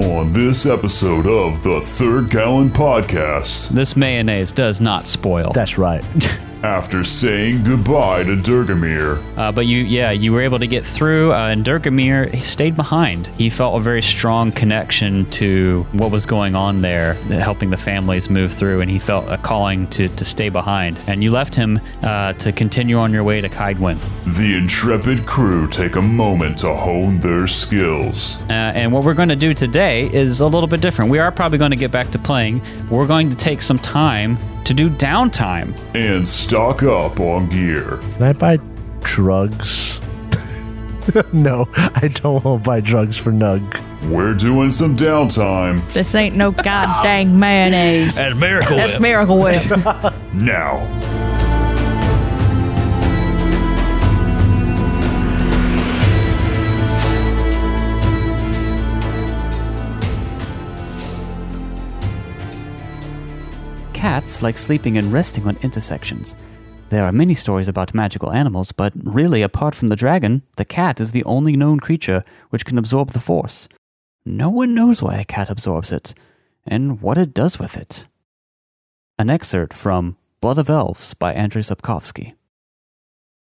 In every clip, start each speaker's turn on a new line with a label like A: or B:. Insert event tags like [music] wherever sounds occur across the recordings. A: on this episode of the Third Gallon Podcast.
B: This mayonnaise does not spoil.
C: That's right. [laughs]
A: After saying goodbye to Durgamir,
B: Uh, but you, yeah, you were able to get through, uh, and Durgamir he stayed behind. He felt a very strong connection to what was going on there, helping the families move through, and he felt a calling to, to stay behind. And you left him uh, to continue on your way to Kaidwin.
A: the intrepid crew take a moment to hone their skills.
B: Uh, and what we're going to do today is a little bit different. We are probably going to get back to playing. We're going to take some time to do downtime.
A: and stock up on gear.
C: Can I buy drugs? [laughs] no, I don't want to buy drugs for Nug.
A: We're doing some downtime
D: This ain't no goddamn mayonnaise.
E: That's Miracle
D: That's
E: Whip.
D: Miracle Whip.
A: now.
B: Cats like sleeping and resting on intersections. There are many stories about magical animals, but really, apart from the dragon, the cat is the only known creature which can absorb the force. No one knows why a cat absorbs it, and what it does with it. An excerpt from Blood of Elves by Andrei Sapkovsky.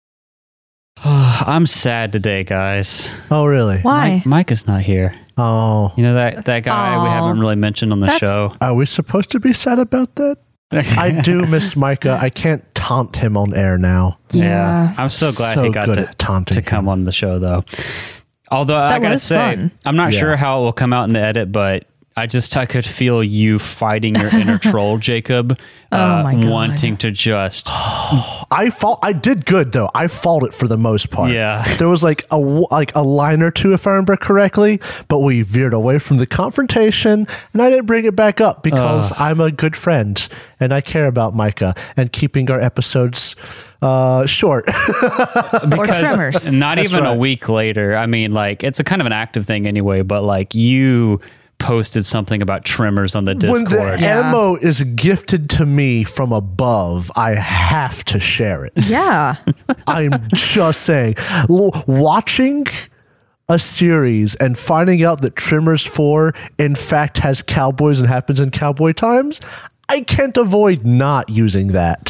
B: [sighs] I'm sad today, guys.
C: Oh, really?
D: Why?
B: Mike, Mike is not here.
C: Oh.
B: You know that that guy we
D: Aw.
B: haven't really mentioned on the
D: That's-
B: show.
C: Are we supposed to be sad about that? I do miss Micah. I can't taunt him on air now.
B: Yeah. I'm so glad he got
C: good
B: to,
C: at taunting
B: to come
C: him.
B: on the show, though. Although I
D: That
B: gotta
D: was
B: say,
D: fun.
B: I'm not
C: Yeah.
B: sure how it will come out in the edit, but I just I could feel you fighting your
D: [laughs]
B: inner troll, Jacob, uh,
D: Oh my God.
B: wanting to just
C: I fault. I did good though. I fault it for the most part.
D: [laughs]
B: Yeah.
C: [laughs] there was like a w- like a line or two, if I remember correctly, but we veered away from the confrontation, and I didn't bring it back up because I'm a good friend and I care about Micah and keeping our episodes uh, short. [laughs]
D: Or
B: [laughs]
D: tremors.
B: not
C: That's
B: even a
C: right.
B: week later. I mean, like it's a kind of an active thing anyway, but like you posted something about tremors on the
C: when
B: Discord.
C: the
D: Yeah.
C: ammo is gifted to me from above, I have to share it.
D: Yeah.
C: [laughs] I'm just saying, L- watching a series and finding out that Trimmers 4 in fact has cowboys and happens in cowboy times, I can't avoid not using that.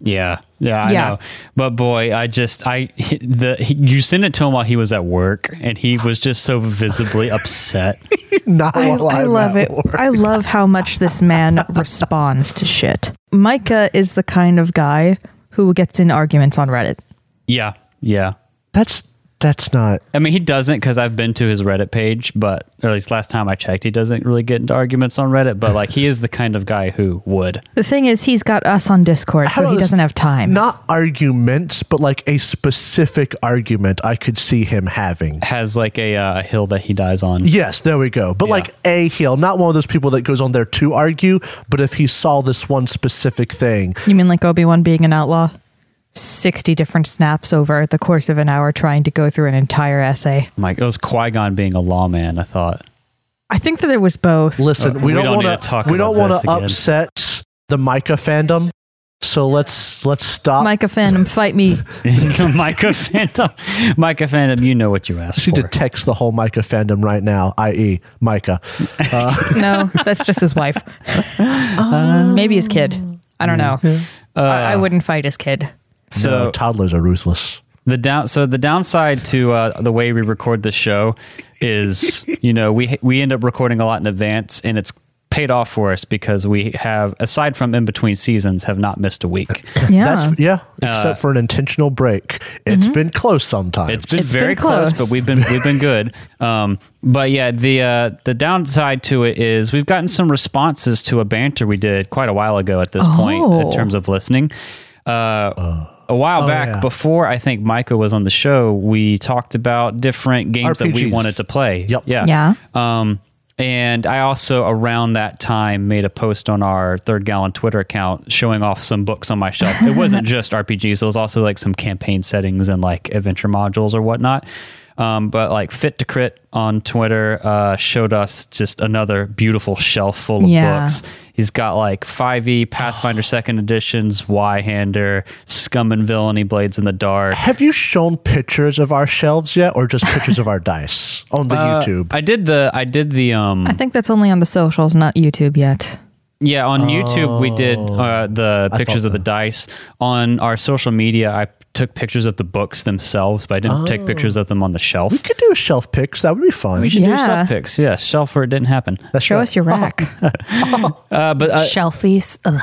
B: Yeah, yeah, I
D: Yeah.
B: know. But boy, I just I [laughs] the he, you sent it to him while he was at work, and he was just so visibly upset.
C: Not
D: I,
C: while
D: I
C: I'm
D: love
C: at
D: it.
C: work.
D: I love how much this man responds to shit. Micah is the kind of guy who gets in arguments on Reddit.
B: yeah, yeah.
C: That's that's not
B: I mean, he doesn't because I've been to his Reddit page, but or at least last time I checked, he doesn't really get into arguments on Reddit. But like, he is the kind of guy who would.
D: The thing is, he's got us on Discord,
C: How
D: so
C: about
D: he
C: this-
D: doesn't have time.
C: not arguments, but like a specific argument I could see him having.
B: Has like a uh, hill that he dies on.
C: Yes, there we go. But like a heel, not one of those people that goes on there to argue, but if he saw this one specific thing,
D: You mean like Obi Wan being an outlaw? 60 different snaps over the course of an hour trying to go through an entire essay.
B: I'm like, it was Qui Gon being a lawman. I thought. [laughs]
D: I think that it was both.
C: Listen,
B: Uh,
C: we
B: we
C: don't
B: don't need
C: want
B: to
C: to.
B: talk
C: We
B: about
C: don't want
B: this
C: to
B: again.
C: upset the Micah fandom. So let's let's stop.
D: Micah Phantom, fight me.
B: Micah Phantom, Micah Phantom, you know what you asked
C: she
B: for.
C: detects the whole Micah fandom right now, i.e., Micah.
D: No, that's just his wife. Maybe his kid. I don't know. I, I wouldn't fight his kid.
B: so
C: No, toddlers are ruthless.
B: The down so the downside to uh, the way we record this show is you know we we end up recording a lot in advance and it's paid off for us because we have aside from in between seasons have not missed a week.
D: Yeah. Mm-hmm.
C: That's yeah.
B: Uh,
C: Except for an intentional break, It's been close sometimes.
B: It's been
D: It's been
B: very close.
D: close.
B: but we've been we've been good. Um, but yeah, the uh, the downside to it is we've gotten some responses to a banter we did quite a while ago at this point in
D: Oh.
B: terms of listening. Uh, a while
C: Oh,
B: back,
C: yeah.
B: before I think Micah was on the show, we talked about different games that we
C: RPGs.
B: wanted to play.
C: Yep.
B: Yeah.
D: Yeah.
B: Um, and I also around that time made a post on our third gallon Twitter account showing off some books on my shelf.
D: [laughs]
B: It wasn't just RPGs; it was also like some campaign settings and like adventure modules or whatnot. Um, but like Fit to Crit on Twitter uh, showed us just another beautiful shelf full of
D: Yeah.
B: books. He's got like 5e,
D: [gasps]
B: Pathfinder Second Editions, Y-Hander, Scum and Villainy, Blades in the Dark.
C: Have you shown pictures of our shelves yet, or just pictures of our [laughs] dice on the
B: Uh,
C: YouTube?
B: I did the I did the um
D: I think that's only on the socials, not YouTube yet.
B: Yeah, on YouTube we did uh, the
C: Oh. I
B: pictures
C: thought
B: of the dice. On our social media, I took pictures of the books themselves, but I didn't take
C: Oh.
B: pictures of them on the shelf.
C: we could do a shelf picks. That would be fun.
B: We should do
D: Yeah.
B: shelf picks. Yeah, shelf where it didn't happen.
C: That's
D: Show
C: right.
D: us your rack.
B: Uh, but uh,
D: Shelfies. Ugh.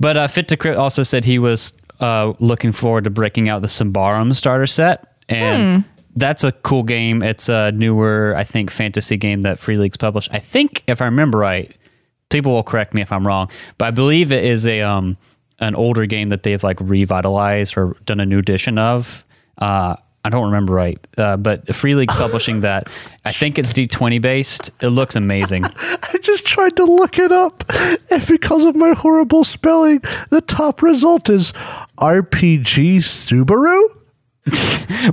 B: but uh, Fit to Crit also said he was uh, looking forward to breaking out the Symbarum starter set, and that's a cool game. It's a newer, I think, fantasy game that Free League's published. I think, if I remember right, people will correct me if I'm wrong, but I believe it is a um an older game that they've like revitalized or done a new edition of. Uh, I don't remember right, uh, but Free League's publishing that. I think it's D20 based. It looks amazing.
C: I just tried to look it up, and because of my horrible spelling, the top result is RPG Subaru.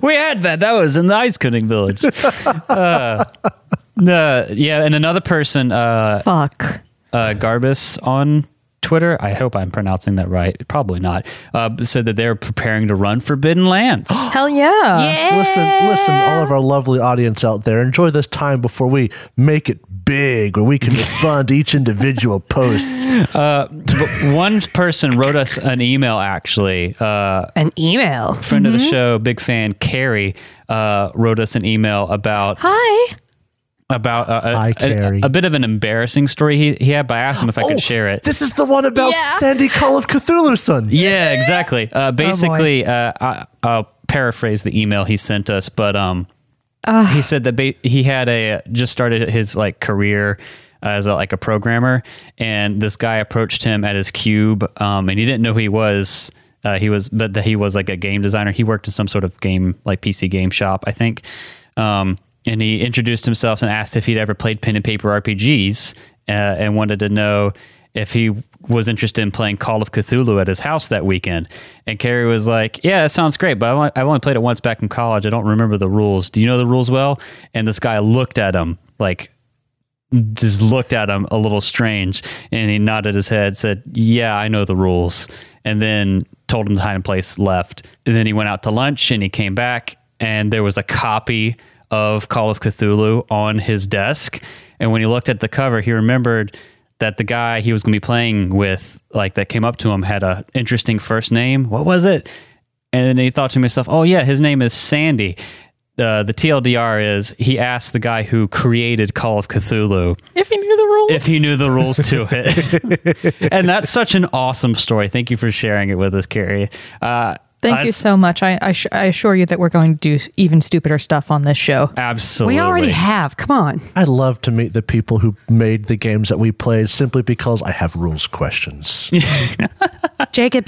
B: we had that. That was in the ice cutting
C: [laughs]
B: village. uh, no, yeah, and another person, uh,
D: Fuck.
B: uh, Garbus on Twitter. I hope I'm pronouncing that right. Probably not. Uh, said that they're preparing to run Forbidden
C: [gasps]
B: Lands.
D: Hell yeah.
C: Listen, listen, all of our lovely audience out there, enjoy this time before we make it big, where we can respond to each individual post.
B: But one person wrote us an email actually. Uh,
D: An email.
B: friend
C: Mm-hmm.
B: of the show, big fan Carrie, uh, wrote us an email about
D: Hi.
B: about uh, a,
C: Hi,
B: a-
C: Carrie. Oh.
B: a bit of an embarrassing story he, he had. But I asked him if I could share it.
C: This is the one about
D: Yeah.
C: Sandy Call of Cthulhu, son.
B: Yeah, exactly. Uh, basically, uh, I, I'll paraphrase the email he sent us, but um, he said that ba- he had a just started his like career as a, like a programmer, and this guy approached him at his cube, um, and he didn't know who he was. Uh, he was, but that he was like a game designer. He worked in some sort of game, like PC game shop, I think. Um, and he introduced himself and asked if he'd ever played pen and paper RPGs, uh, and wanted to know if he was interested in playing Call of Cthulhu at his house that weekend. And Carrie was like, Yeah, that sounds great, but I've only, I've only played it once back in college. I don't remember the rules. Do you know the rules well? And this guy looked at him, like, just looked at him a little strange. And he nodded his head, said, Yeah, I know the rules. And then told him to hide in place, left. And then he went out to lunch and he came back, and there was a copy of Call of Cthulhu on his desk. And when he looked at the cover, he remembered that the guy he was going to be playing with, like that came up to him, had a interesting first name. What was it? And then he thought to himself, "Oh yeah, his name is Sandy." Uh, the TLDR is he asked the guy who created Call of Cthulhu
D: If you knew the rules.
B: if he knew the rules
C: [laughs]
B: to it, [laughs] and that's such an awesome story. Thank you for sharing it with us, Carrie. Uh,
D: Thank you
B: that's-
D: so much. I, I, sh- I assure you that we're going to do even stupider stuff on this show.
B: Absolutely,
D: have. Come on.
C: I love to meet the people who made the games that we played simply because I have rules questions.
F: Jacob,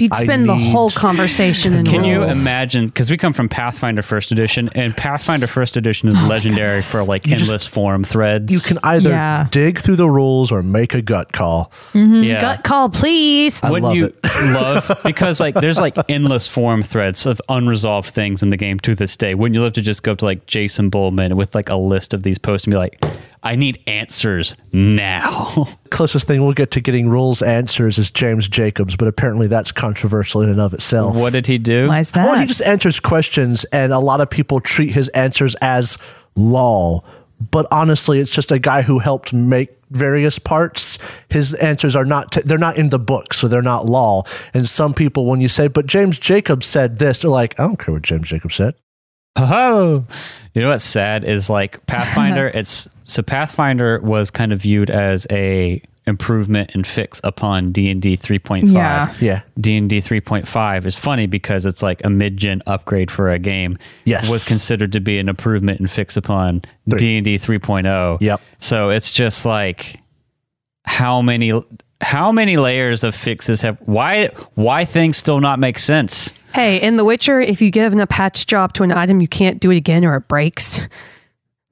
B: [laughs]
F: you'd
C: I
F: spend the
C: need-
F: whole conversation in
B: Can you
F: rules.
B: imagine? Because we come from Pathfinder First Edition, and Pathfinder First Edition
D: Oh
B: is legendary for like endless forum threads.
C: You can either
D: Yeah.
C: dig through the rules or make a gut call.
D: Mm-hmm.
B: yeah.
F: Gut call, please.
B: Wouldn't
C: love
B: you
C: it. [laughs]
B: love because like there's like endless forum threads of unresolved things in the game to this day. Wouldn't you love to just go up to like Jason Bullman with like a list of these posts and be like, I need answers now. [laughs]
C: Closest thing we'll get to getting rules answers is James Jacobs, but apparently that's controversial in and of itself.
B: what did he do?
D: Why is that?
C: Well, he just answers questions, and a lot of people treat his answers as law. But honestly, it's just a guy who helped make various parts. His answers are not, t- they're not in the book, so they're not law. And some people, when you say, but James Jacobs said this, they're like, I don't care what James Jacobs said.
B: Ho-ho! Oh, You know what's sad is like Pathfinder. it's so Pathfinder was kind of viewed as a improvement and fix upon D and D three point
D: Yeah.
B: five.
C: Yeah.
B: D and D three point five is funny because it's like a mid gen upgrade for a game.
C: Yes.
B: was considered to be an improvement and fix upon D and D three oh.
C: Yep.
B: So it's just like how many how many layers of fixes have why why things still not make sense.
F: Hey, in The Witcher, if you give an a patch job to an item, you can't do it again or it breaks.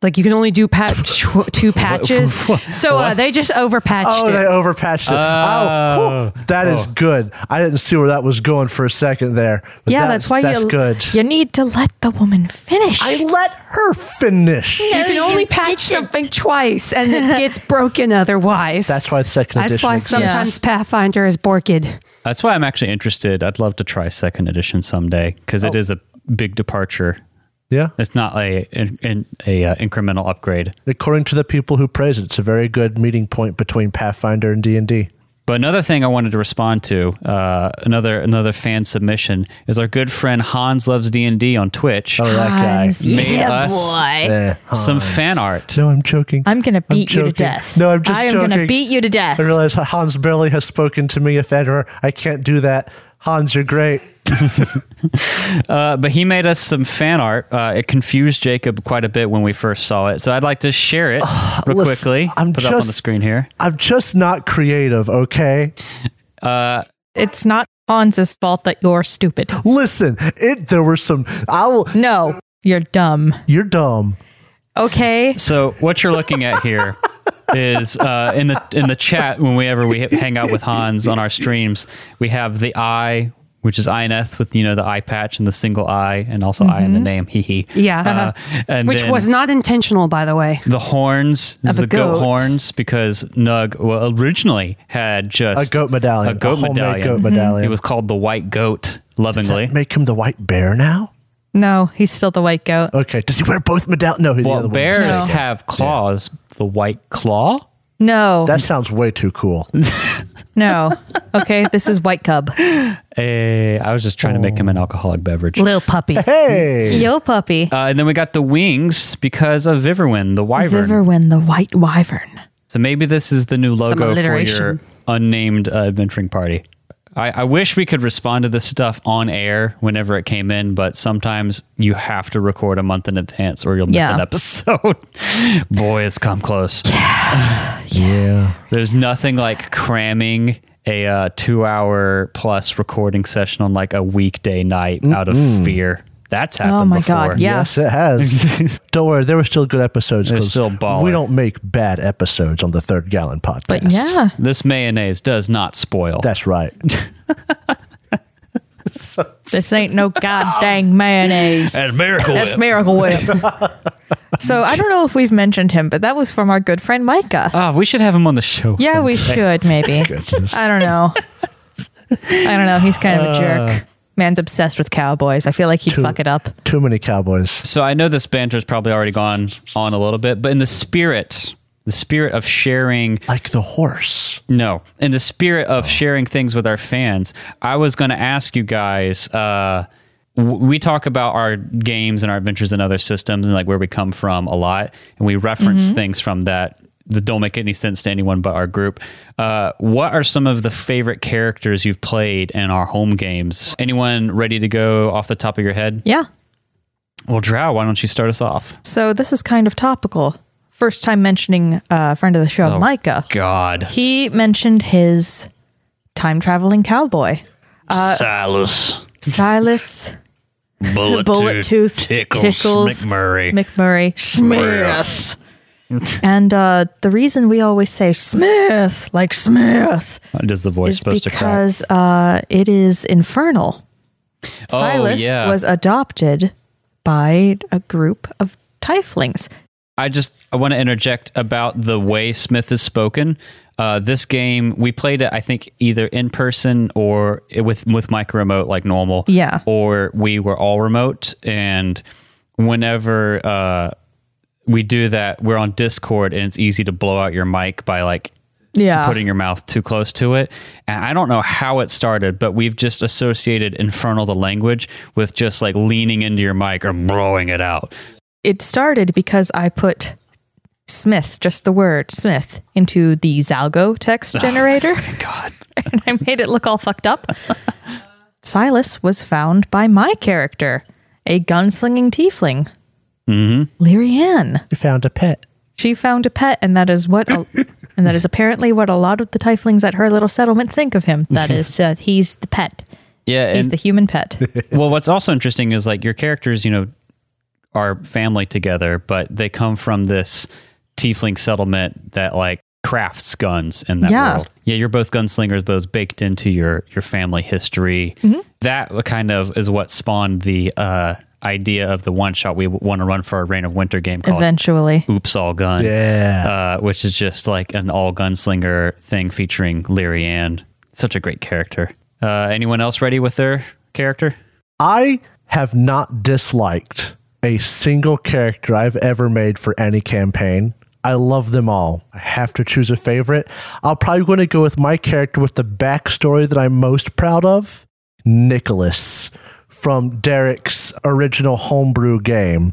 F: Like you can only
B: [laughs]
F: do patch two patches. so uh, they just overpatched
C: Oh,
F: it.
C: they overpatched it. oh, whew, that is good. I didn't see where that was going for a second there. But
D: yeah, that's, why
C: that's
D: you
C: good.
D: you need to let the woman finish.
C: I let her finish.
F: you can only patch something twice, and
B: [laughs]
F: it gets broken otherwise.
C: That's why the second
F: That's
C: edition
F: why
C: exists.
F: sometimes Pathfinder is borked.
B: That's why I'm actually interested. I'd love to try second edition someday because
C: Oh.
B: it is a big departure.
C: Yeah.
B: It's not a an, an, a uh, incremental upgrade.
C: According to the people who praise it, it's a very good meeting point between Pathfinder and D and D.
B: But another thing I wanted to respond to, uh, another another fan submission is our good friend Hans loves D and D on Twitch.
C: Oh, that guy.
D: Hans, yeah,
B: us
D: boy.
C: Eh,
B: Some
C: Hans.
B: fan art.
C: No, I'm joking.
D: I'm gonna beat you to
C: joking.
D: death.
C: No, I'm just
D: I am
C: joking.
D: gonna beat you to death.
C: I realize Hans barely has spoken to me, if ever. I can't do that. Hans, you're great.
B: Uh, but he made us some fan art. Uh, it confused Jacob quite a bit when we first saw it. So I'd like to share it real
C: Uh, Listen,
B: quickly.
C: I'm
B: Put it up on the
C: just-
B: screen here.
C: I'm just not creative, okay?
D: It's not Hans's fault that you're stupid.
C: Listen, it there were some I will
D: No, you're dumb.
C: you're dumb.
D: Okay.
B: So what you're looking at here is uh, in the in the chat whenever we hang out with Hans on our streams, we have the eye, which is INF with you know the eye patch and the single eye, and also eye in the name. Hee hee.
F: Mm-hmm. Yeah. Uh-huh.
B: Uh, and
F: Which
B: then
F: was not intentional, by the way.
B: the horns is
F: a
B: the goat.
F: goat.
B: horns because Nug well, originally had
C: A
B: just
C: goat medallion.
B: A goat
C: homemade
B: medallion.
F: Mm-hmm.
C: goat
B: It
C: medallion.
B: was called the white goat
C: Does
B: lovingly.
C: that make him the white bear now?
D: No, he's still the white goat.
C: Okay. Does he wear both medallions? No, he's the
B: well,
C: other one.
B: bears
D: No.
B: have claws. The white claw.
D: Oh, No,
C: That sounds way too cool.
D: no. Okay, this is white cub,
B: Eh, I was just trying to make
C: Oh.
B: him an alcoholic beverage.
F: Little puppy.
D: [laughs]
C: Hey.
D: yo puppy.
B: Uh, and then we got the wings because of Viverwin, the wyvern.
F: Viverwin, the white wyvern.
B: So maybe this is the new logo for your
F: alliteration.
B: unnamed uh, adventuring party. I, I wish we could respond to this stuff on air whenever it came in, but sometimes you have to record a month in advance or you'll miss
D: Yeah.
B: an episode. [laughs] Boy, it's come close.
C: Yeah.
B: There's nothing like cramming a uh, two hour plus recording session on like a weekday night out of fear. That's happened.
D: Oh my
B: before.
D: God, yeah.
C: Yes, it
D: [laughs]
C: has. don't worry, there were still good episodes.
B: They're
C: 'cause
B: still baller.
C: We don't make bad episodes on the Third Gallon podcast.
D: But yeah,
B: This mayonnaise does not spoil.
C: That's
D: [laughs]
C: right.
D: this ain't no god dang mayonnaise.
B: That's miracle.
D: That's
C: [laughs]
D: Miracle Whip. so I don't know if we've mentioned him, but that was from our good friend Micah.
B: Ah, we should have him on the show.
D: yeah, we
B: sometime.
D: should maybe.
C: Goodness.
D: I don't know. I don't know. He's kind of a
C: Uh.
D: jerk. Man's obsessed with cowboys. I feel like he'd fuck it up.
C: Too many cowboys.
B: So I know this banter's probably already gone on a little bit, but in the spirit, the spirit of sharing,
C: Like the horse.
B: no, in the spirit
D: Oh.
B: of sharing things with our fans, I was going to ask you guys. Uh, w- we talk about our games and our adventures in other systems and like where we come from a lot, and we reference
D: Mm-hmm.
B: things from that that don't make any sense to anyone but our group. Uh, what are some of the favorite characters you've played in our home games? Anyone ready to go off the top of your head?
D: Yeah.
B: Well, Drow, why don't you start us off?
D: So this is kind of topical. First time mentioning a friend of the
B: Oh.
D: show, Micah.
B: God.
D: He mentioned his time
B: [laughs]
D: traveling cowboy, Uh, [laughs]
B: Silas.
D: Silas
B: Bullet,
D: Bullet Tooth Tickles, McMurray. McMurray Smith. and uh, the reason we always say Smith, like Smith,
B: Does the voice
D: is
B: supposed to crack?
D: because uh, it is infernal. Silas
B: Oh, yeah.
D: was adopted by a group of tieflings.
B: I just I want to interject about the way Smith is spoken. Uh, this game we played it, I think, either in person or with with micro remote like normal.
D: Yeah.
B: Or we were all remote, and whenever uh, we do that, we're on Discord, and it's easy to blow out your mic by like
D: Yeah.
B: putting your mouth too close to it. And I don't know how it started, but we've just associated infernal the language with just like leaning into your mic or blowing it out.
D: it started because I put Smith, just the word Smith, into the Zalgo text generator.
B: God.
D: [laughs] and I made it look all fucked up. Silas was found by my character, a gunslinging tiefling, mm-hmm. Leary Ann.
C: You found a pet.
D: She found a pet, and that is what, a, and that is apparently what a lot of the tieflings at her little settlement think of him. That is, uh, he's the pet.
B: Yeah.
D: He's
B: and-
D: the human pet.
B: well, what's also interesting is like your characters, you know, are family together, but they come from this tiefling settlement that like crafts guns in that
D: Yeah.
B: world. Yeah, you're both gunslingers, but it's baked into your your family history. That kind of is what spawned the uh, idea of the one shot we want to run for our Reign of Winter game called
D: Eventually.
B: Oops All Gun.
C: Yeah.
B: Uh, which is just like an all gunslinger thing featuring Leary Ann. Such a great character. Uh, anyone else ready with their character?
C: I have not disliked a single character I've ever made for any campaign. I love them all. I have to choose a favorite. I'll probably going to go with my character with the backstory that I'm most proud of Nicholas from Derek's original homebrew game.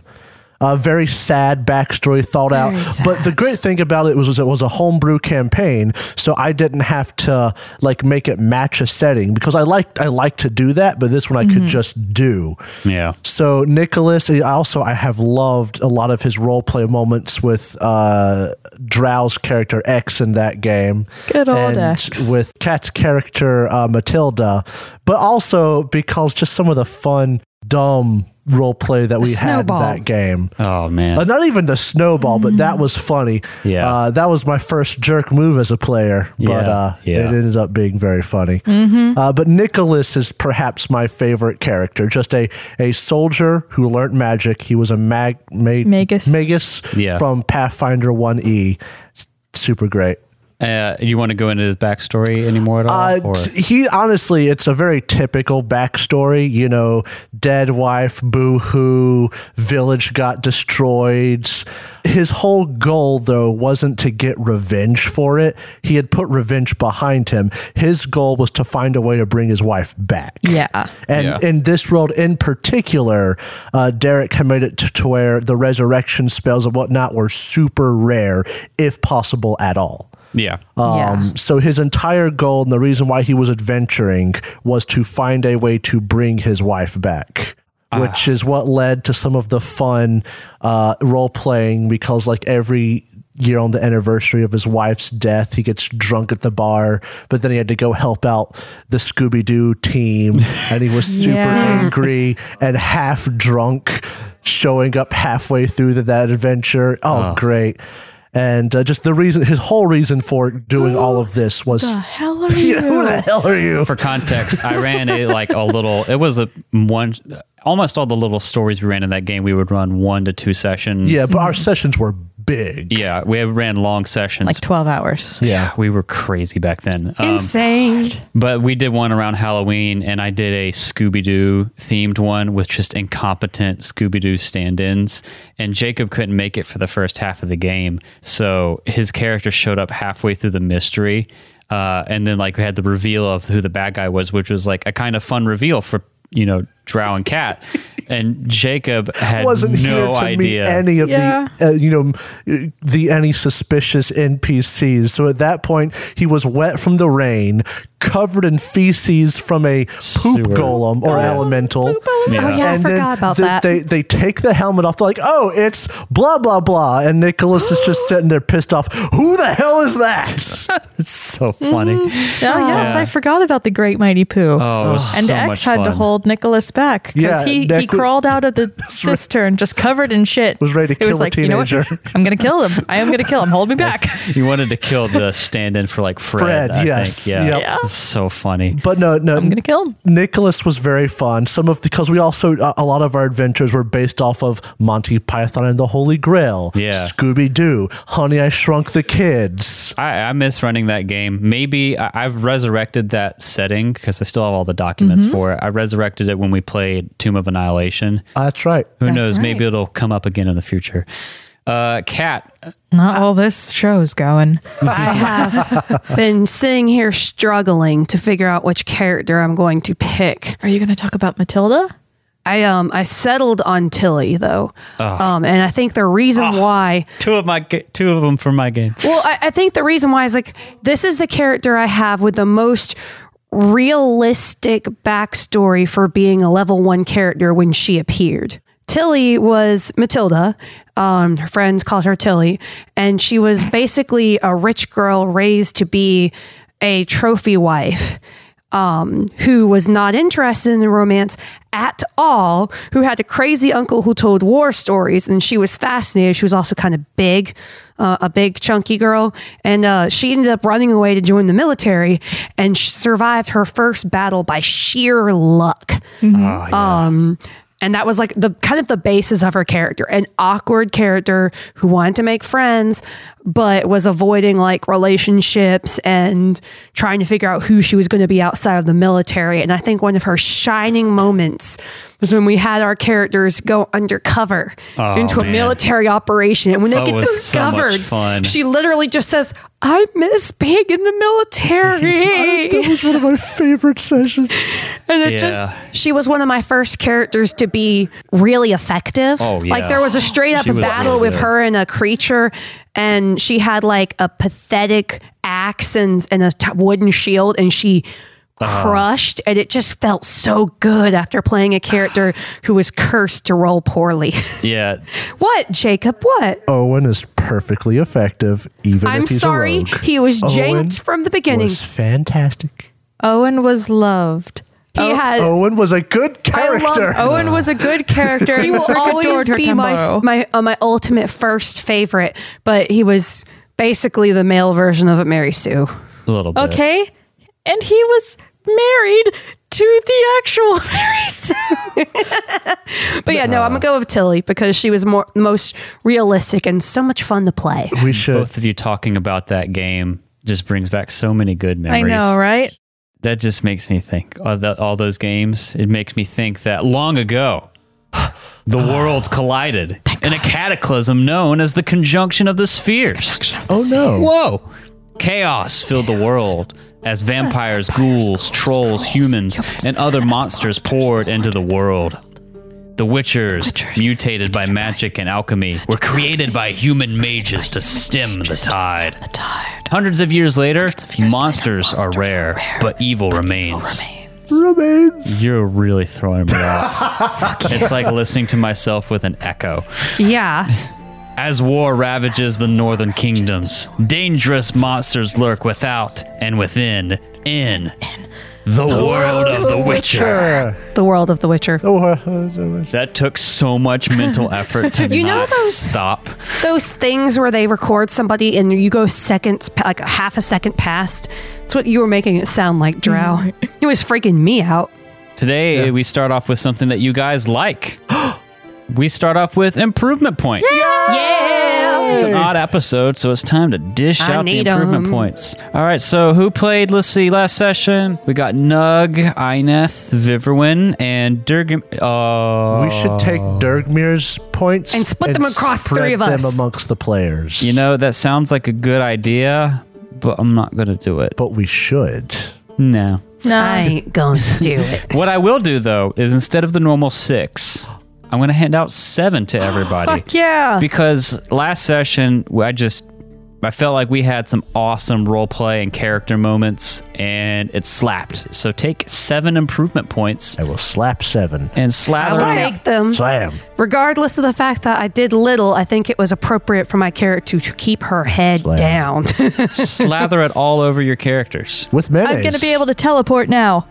C: A very sad backstory thought out. But the great thing about it was, was it was a homebrew campaign, so I didn't have to like make it match a setting because I like I like to do that, but this one I
D: Mm-hmm.
C: could just do.
B: Yeah.
C: So Nicholas, I also I have loved a lot of his role play moments with uh, Drow's character X in that game,
D: Good old
C: and
D: X.
C: with Cat's character uh, Matilda, but also because just some of the fun, dumb role play that we
F: Snowball.
C: had in that game.
B: Oh man.
C: Uh, not even the snowball, but that was funny.
B: Yeah.
C: uh, that was my first jerk move as a player, but
B: Yeah,
C: uh,
B: yeah.
C: it ended up being very funny. Uh, but Nicholas is perhaps my favorite character. Just a a soldier who learned magic. He was a mag mag
D: Magus.
C: magus
B: Yeah.
C: from Pathfinder One E. Super great.
B: Uh, you want to go into his backstory anymore at all?
C: Uh,
B: or-
C: t- he honestly, it's a very typical backstory. You know, dead wife, boo hoo, village got destroyed. His whole goal, though, wasn't to get revenge for it. He had put revenge behind him. His goal was to find a way to bring his wife back.
D: Yeah.
C: And
B: Yeah.
C: in this world in particular, uh, Derek committed to, to where the resurrection spells and whatnot were super rare, if possible at all.
B: yeah.
C: Um, So his entire goal and the reason why he was adventuring was to find a way to bring his wife back, which is what led to some of the fun uh, role playing because, like, every year on the anniversary of his wife's death, he gets drunk at the bar, but then he had to go help out the Scooby Doo team and he was super
D: Yeah.
C: angry and half drunk, showing up halfway through the, that adventure. Oh, great. And uh, just the reason, his whole reason for doing all of this
D: [gasps]
C: was [laughs]
D: Hell are
C: Yeah, who the hell are you?
B: For context, I ran a like a little. It was a one. Almost all the little stories we ran in that game, we would run one to two sessions.
C: yeah, but our sessions were big.
B: Yeah, we ran long sessions.
D: Like 12 hours.
B: yeah, we were crazy back then. Um,
F: Insane.
B: But we did one around Halloween, and I did a Scooby Doo themed one with just incompetent Scooby Doo stand ins. And Jacob couldn't make it for the first half of the game. So his character showed up halfway through the mystery. Uh, and then, like, we had the reveal of who the bad guy was, which was like a kind of fun reveal for, you know, Drow and
C: [laughs]
B: Cat. and Jacob had
C: Wasn't
B: no
C: here to
B: idea.
C: meet any of
F: Yeah.
C: the, uh, you know, m- the any suspicious NPCs. So at that point, he was wet from the rain, covered in feces from a poop
B: Sewer.
C: golem or elemental.
B: Yeah.
F: Oh, yeah, I
C: and then
F: forgot about
C: th-
F: that.
C: They they take the helmet off. They're like, oh, it's blah blah blah, and Nicholas is
F: [gasps]
C: just sitting there pissed off. Who the hell is
F: [laughs]
C: that?
B: so funny.
C: Mm-hmm.
D: Oh, yes. I forgot about the Great Mighty Pooh.
B: Oh, it was
D: and
B: so much
D: X had to
B: fun.
D: hold Nicholas back because
C: Yeah,
D: he, he
C: Nick-
D: crawled out of the cistern just covered in shit.
C: Was ready to
D: It
C: kill a teenager.
D: [laughs] I'm going to kill him. I am going to kill him. Hold me back. [laughs]
B: You wanted to kill the stand in for like Fred.
C: Fred,
B: I
C: yes.
B: Think. Yeah.
C: Yep.
D: Yeah.
B: So funny.
C: But no, no.
D: I'm going to kill him.
C: Nicholas was very fun. Some of because we also a- a lot of our adventures were based off of Monty Python and the Holy Grail,
B: Yeah.
C: Scooby Doo, Honey I Shrunk the Kids.
B: I, I miss running that game. Maybe I, I've resurrected that setting because I still have all the documents
D: Mm-hmm.
B: for it. I resurrected it when we played Tomb of Annihilation.
C: That's right.
B: Who
D: That's
B: knows? Maybe
D: right.
B: it'll come up again in the future. Uh, Cat.
D: Not all this show's going.
F: I have been sitting here struggling to figure out which character I'm going to pick.
D: Are you going to talk about Matilda?
F: I um I settled on Tilly though, um, and I think the reason why
B: Two of my ga- two of them for my
D: [laughs]
B: game.
F: Well, I, I think the reason why is like this is the character I have with the most realistic backstory for being a level one character when she appeared. Tilly was Matilda. Um, her friends called her Tilly, and she was basically a rich girl raised to be a trophy wife. um, who was not interested in romance at all, who had a crazy uncle who told war stories, and she was fascinated. She was also kind of big, uh, a big, chunky girl, and uh, she ended up running away to join the military and she survived her first battle by sheer luck. Um, and that was like the kind of the basis of her character an awkward character who wanted to make friends but was avoiding like relationships and trying to figure out who she was going to be outside of the military and i think one of her shining moments was when we had our characters go undercover into a
B: Oh, man.
F: military operation and when
B: That
F: they get
B: was so much
F: discovered
B: fun.
F: she literally just says i miss being in the
B: [laughs]
F: military
C: That was one of my favorite sessions.
F: and it
B: Yeah.
F: just she was one of my first characters to be really effective.
B: Oh, yeah.
F: Like there was a straight up
B: She was
F: battle
B: really
F: with
B: good.
F: her and a creature and she had like a pathetic axe and, and a t- wooden shield and she
B: Uh-huh.
F: crushed and it just felt so good after playing a character who was cursed to roll poorly. [laughs]
B: Yeah.
F: what, Jacob? What?
C: Owen is perfectly effective, even
F: I'm
C: if he's a
F: sorry.
C: rogue.
F: He was
C: Owen
F: janked from the beginning.
C: was fantastic.
D: Owen was loved. Oh,
F: he had
C: Owen was a good
F: love
C: character.
D: Owen was a good character. [laughs]
F: [laughs] he will always be my my uh, my ultimate first favorite. But he was basically the male version of Mary Sue.
B: A little bit.
D: okay, and he was married to the actual [laughs] Mary Sue.
F: But yeah, no, I'm gonna go with Tilly because she was more most realistic and so much fun to play.
C: we should.
B: Both of you talking about that game just brings back so many good
D: I
B: memories.
D: know, right?
B: That just makes me think all, the, all those games. It makes me think that long ago, [sighs] the worlds collided in a cataclysm known as the conjunction of the spheres.
C: oh no.
B: Whoa! Chaos filled the world as vampires, ghouls, trolls, humans, and other monsters poured into the world. The witchers, mutated by magic and alchemy, were created by human mages to stem the tide. Hundreds of years later, monsters are rare, but evil remains.
C: Remains.
B: You're really throwing me off. [laughs] it's like listening to myself with an echo.
D: Yeah.
B: As war ravages the northern kingdoms, dangerous monsters lurk without and within in the world of the Witcher.
D: The world of The Witcher.
B: That took so much mental effort [laughs] to
F: You know
B: not
F: those-
B: stop.
F: Those things where they record somebody and you go seconds pa- like a half a second past. That's what you were making it sound like, Drow. it was freaking me out.
B: Today we start off with something that you guys like. [gasps] we start off with improvement points.
F: Yeah.
B: It's an odd episode, so it's time to dish
F: I
B: out the
F: need
B: improvement
F: 'em.
B: points. All right, so who played? Let's see. Last session, we got Nug, Ineth, Viverwin, and Durgam. Uh,
C: We should take
B: Oh.
C: Dergmir's points
F: And split them across
C: spread
F: three of us.
C: them amongst the players.
B: You know, that sounds like a good idea, but I'm not going to do it.
C: but we should.
B: No.
F: I ain't gonna
B: [laughs]
F: do it.
B: What I will do, though, is instead of the normal six, I'm going to hand out seven to
F: [laughs]
B: everybody.
D: Fuck yeah.
B: [laughs] because last session, I just. I felt like we had some awesome role play and character moments, and it slapped. So take seven improvement points
C: I will slap seven.
B: and slather
F: I'll
B: 'em.
F: take them.
C: Slam.
F: Regardless of the fact that I did little, I think it was appropriate for my character to keep her head
C: Slam.
F: down.
B: [laughs]
F: [laughs]
B: slather it all over your characters.
C: With mayonnaise.
D: I'm going to be able to teleport now.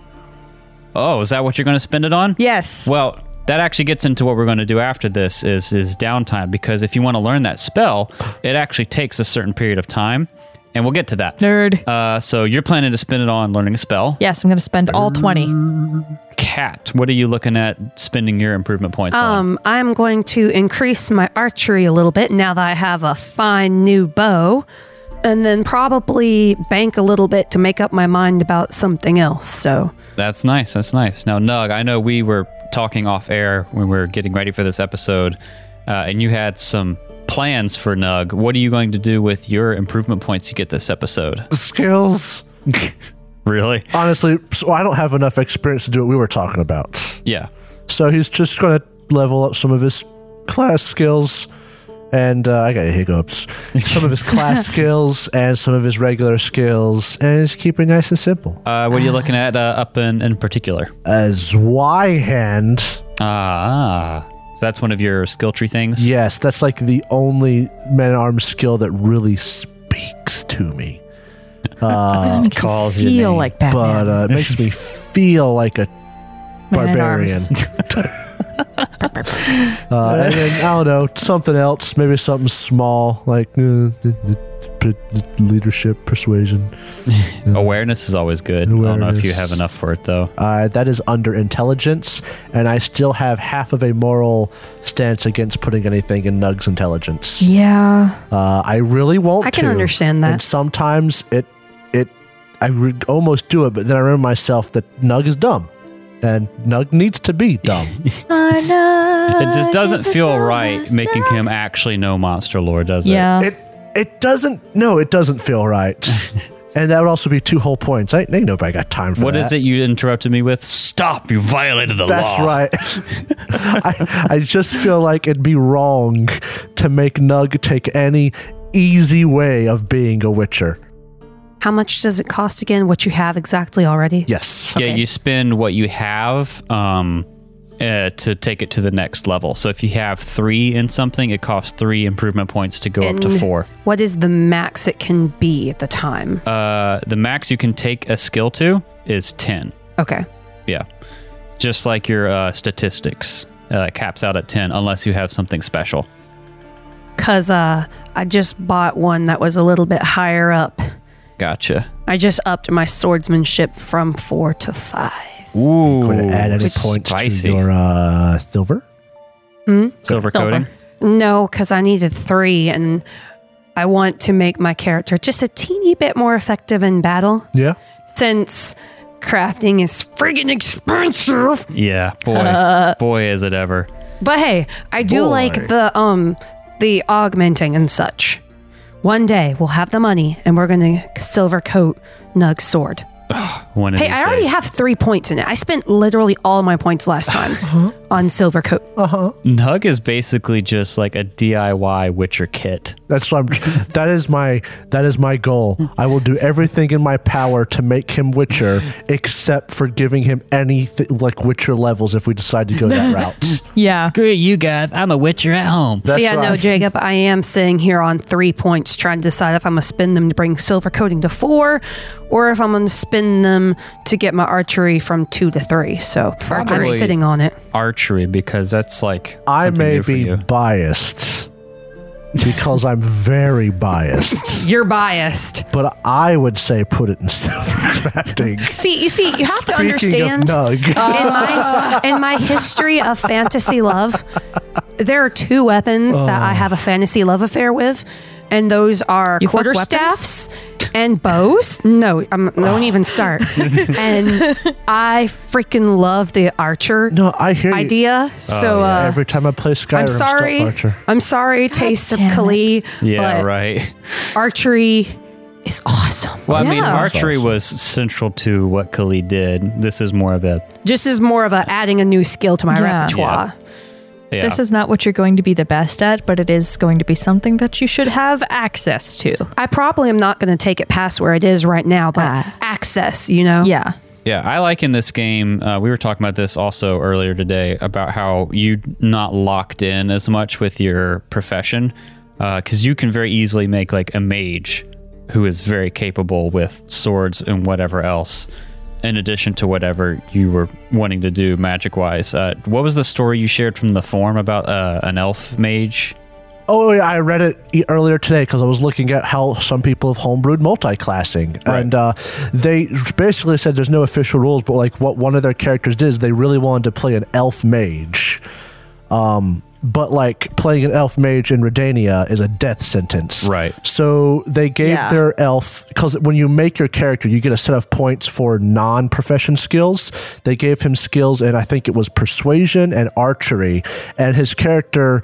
B: Oh, is that what you're going to spend it on?
D: Yes.
B: Well, that actually gets into what we're going to do after this is is downtime because if you want to learn that spell, it actually takes a certain period of time, and we'll get to that.
D: Nerd.
B: Uh, so you're planning to spend it on learning a spell.
D: Yes, I'm going to spend all 20.
B: Cat, what are you looking at spending your improvement points on?
F: Um, I'm going to increase my archery a little bit now that I have a fine new bow, and then probably bank a little bit to make up my mind about something else. So
B: That's nice. That's nice. Now, Nug, I know we were talking off air when we were getting ready for this episode, uh, and you had some plans for Nug. What are you going to do with your improvement points you get this episode?
C: skills.
B: Really?
C: Honestly, so I don't have enough experience to do what we were talking about.
B: Yeah.
C: So he's just going to level up some of his class skills. And uh, I got hiccups. Some of his
F: [laughs]
C: class skills and some of his regular skills, and just keep it nice and simple.
B: Uh, what are you looking at uh, up in, in particular?
C: As Y hand,
B: Ah, so that's one of your skill tree things.
C: Yes,
D: [laughs]
C: that's like the only man arms skill that really speaks to me. Uh,
D: That makes me
B: calls your
D: feel
B: name,
D: like Batman.
C: but uh,
D: [laughs]
C: it makes me feel like a
D: Man at
C: barbarian.
D: arms.
C: [laughs] Uh, and then I don't know something else, maybe something small like uh, p- leadership, persuasion.
B: Awareness is always good. I don't know if you
C: Awareness.
B: have enough for it though.
C: Uh, that is under intelligence, and I still have half of a moral stance against putting anything in Nug's intelligence.
D: [laughs]
F: Yeah.
C: Uh, I really want.
F: I can
C: to.
F: understand that.
C: And sometimes it, it, I re- almost do it, but then I remember myself that Nug is dumb, and Nug needs to be
B: [laughs]
C: dumb.
B: It just doesn't feel right
F: Madness.
B: making him actually know Monster Lore, does it?
D: yeah.
C: it, it doesn't. No, it doesn't
B: [laughs]
C: feel right. and that would also be two whole points. I ain't ain't nobody got time for
B: What
C: that.
B: is it you interrupted me with? Stop! You violated the
C: That's
B: law.
C: right. [laughs] I, I just feel like it'd be wrong to make Nug take any easy way of being a Witcher.
F: How much does it cost again? What you have exactly already?
C: Yes.
B: Yeah, you spend what you have um, uh, to take it to the next level. So if you have three in something, it costs three improvement points to go up to
F: And
B: four.
F: What is the max it can be at the time?
B: Uh, the max you can take a skill to is ten.
F: Okay.
B: Yeah, just like your uh, statistics uh, caps out at ten, unless you have something special.
F: Cause uh, I just bought one that was a little bit higher up.
B: Gotcha.
F: I just upped my swordsmanship from four to five.
B: Ooh,
C: Would it add any points
B: spicy.
C: to your uh, silver?
B: silver
D: Silver.
B: coating.
F: No, because I needed three, and I want to make my character just a teeny bit more effective in battle
C: Yeah.
F: since crafting is friggin' expensive.
B: Yeah, boy,
F: Uh,
B: boy, is it ever.
F: But hey, I do
C: Boy.
F: like the um the augmenting and such. One day we'll have the money and we're gonna silver coat Nug's sword.
B: One of
F: Hey,
B: these
F: I already
B: days.
F: have three points in it. I spent literally all my points last time
B: Uh-huh.
F: on silver coat.
B: Nug is basically just like a DIY Witcher kit.
C: That's what I'm. that is my. That is my goal. I will do everything in my power to make him Witcher, except for giving him anything like Witcher levels if we decide to go
F: [laughs]
C: that route.
D: yeah.
B: Screw you guys, I'm a Witcher at home.
C: That's
F: yeah,
C: what
F: no,
C: I'm-
F: Jacob, I am sitting here on three points trying to decide if I'm gonna spend them to bring silver coating to four or if I'm gonna spend them to get my archery from two to three. So I'm
B: Probably.
F: sitting on it.
B: Archery, because that's like
C: I
B: something
C: may
B: new for
C: be
B: you.
C: biased because I'm very
F: [laughs]
C: biased,
F: You're biased.
C: but I would say put it in silver
F: [laughs]
C: crafting.
F: See, you see, you have to
C: Speaking
F: understand. Uh,
C: of Nug,
F: in my in my history of fantasy love, there are two weapons
C: Oh.
F: that I have a fantasy love affair with, and those are
D: You fuck
F: quarter staffs and bows. No, I'm, don't
C: [laughs]
F: even start. and I freaking love the archer
C: no, I hear you.
F: idea. So uh,
C: Every time I play Skyrim,
F: I'm
C: Stealth
F: sorry.
C: Archer.
F: I'm sorry, Taste of
D: damn it.
F: Kali.
B: Yeah,
F: but
B: right.
F: Archery is awesome.
B: [laughs] Well, I mean,
D: Yeah.
B: archery was central to what Kali did. This is more of a
F: Just is more of a adding a new skill to my
D: Yeah.
F: repertoire.
B: yeah.
D: This is not what you're going to be the best at, but it is going to be something that you should have access to.
F: I probably am not going to take it past where it is right now, but access, you
B: Oh.
F: know?
D: Yeah.
B: yeah. I like in this game. Uh, we were talking about this also earlier today about how you not locked in as much with your profession because you can very easily make like a mage who is very capable with swords and whatever else. In addition to whatever you were wanting to do magic wise, uh, what was the story you shared from the form about uh, an elf mage?
C: Oh, yeah, I read it e- earlier today because I was looking at how some people have homebrewed multi-classing, and uh, they basically said there's no official rules, but like what one of their characters did is they really wanted to play an elf mage, um, but like playing an elf mage in Redania is a death sentence,
B: Right.
C: So they gave
D: Yeah.
C: their elf because when you make your character, you get a set of points for non-profession skills. They gave him skills, and I think it was persuasion and archery, and his character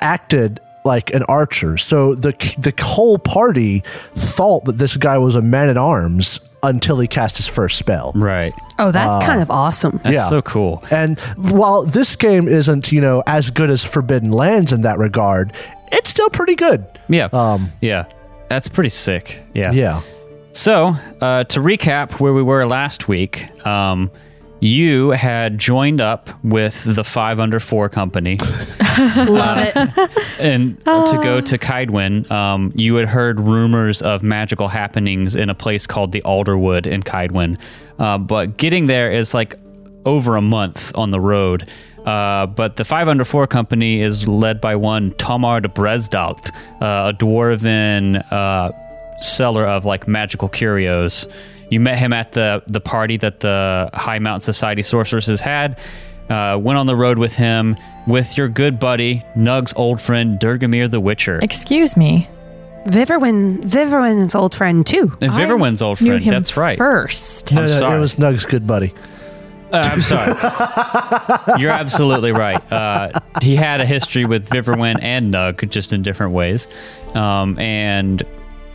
C: acted like an archer. So the the whole party thought that this guy was a man at arms until he cast his first spell.
B: Right.
F: Oh, that's kind of awesome.
B: That's
C: Yeah.
B: so cool.
C: And while this game isn't, you know, as good as Forbidden Lands in that regard, it's still pretty good.
B: Yeah. yeah. That's pretty sick. Um, Yeah.
C: Yeah.
B: So, uh, to recap where we were last week, um, you had joined up with the five under four company
D: [laughs]
B: Uh,
D: Love it.
B: and to go to Kydwin, um, you had heard rumors of magical happenings in a place called the Alderwood in Kydwin. Uh, but getting there is like over a month on the road. Uh, but the 5 Under 4 company is led by one Tomar de Bresdalt, uh, a dwarven uh, seller of like magical curios. You met him at the, the party that the High Mountain Society sorceresses had uh, went on the road with him with your good buddy Nug's old friend Durgamir the Witcher
D: Excuse me.
F: Viverwin, Viverwin's old friend too.
B: and Viverwin's old
D: Knew
B: friend.
D: him
B: That's right.
D: First.
B: I'm sorry.
C: it was Nug's good buddy.
B: Uh, I'm sorry. You're absolutely right. Uh, he had a history with Viverwin and Nug, just in different ways. Um, and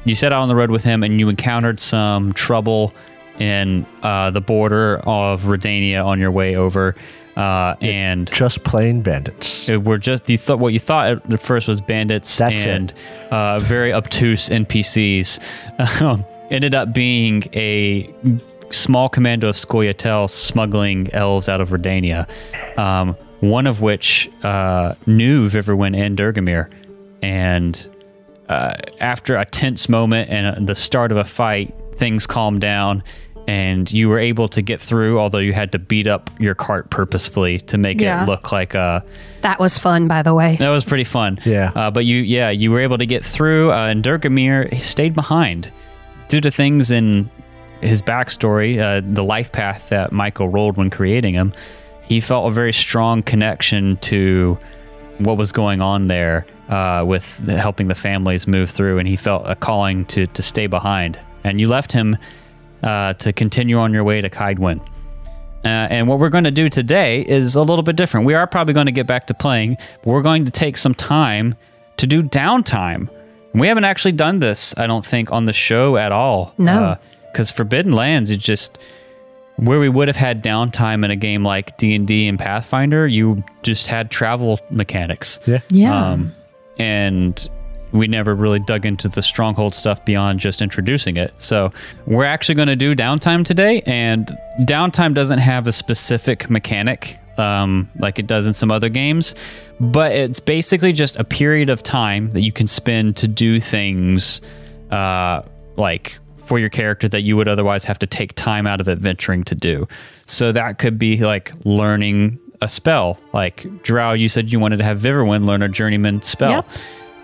B: you set out on the road with him, and you encountered some trouble in uh, the border of Redania on your way over. Uh, and
C: Just plain bandits.
B: It were just you thought what you thought at first was bandits
C: That's it.
B: and Uh, very obtuse NPCs. [laughs] Um, ended up being a small commando of Scoyatel smuggling elves out of Redania, um, one of which uh, knew Viverwin and Durgamir, and uh, after a tense moment and uh, the start of a fight, things calmed down. And you were able to get through, although you had to beat up your cart purposefully to make
F: Yeah.
B: it look like a
F: That was fun, by the way.
B: that was pretty fun.
C: Yeah.
B: Uh, but you, yeah, you were able to get through, uh, and Durgamir he stayed behind due to things in his backstory, uh, the life path that Michael rolled when creating him. He felt a very strong connection to what was going on there uh, with the- helping the families move through, and he felt a calling to to stay behind. And you left him uh, to continue on your way to Kydwin. Uh, and what we're going to do today is a little bit different. We are probably going to get back to playing. But we're going to take some time to do downtime. And we haven't actually done this, I don't think, on the show at all.
F: No.
B: because Forbidden Lands is just where we would have had downtime in a game like D and D and Pathfinder. You just had travel mechanics
D: Yeah.
B: Um, and we never really dug into the stronghold stuff beyond just introducing it. So we're actually going to do downtime today, and downtime doesn't have a specific mechanic um, like it does in some other games, but it's basically just a period of time that you can spend to do things uh, like for your character that you would otherwise have to take time out of adventuring to do. So that could be like learning a spell. Like Drow, you said you wanted to have Viverwin learn a journeyman spell.
D: Yep.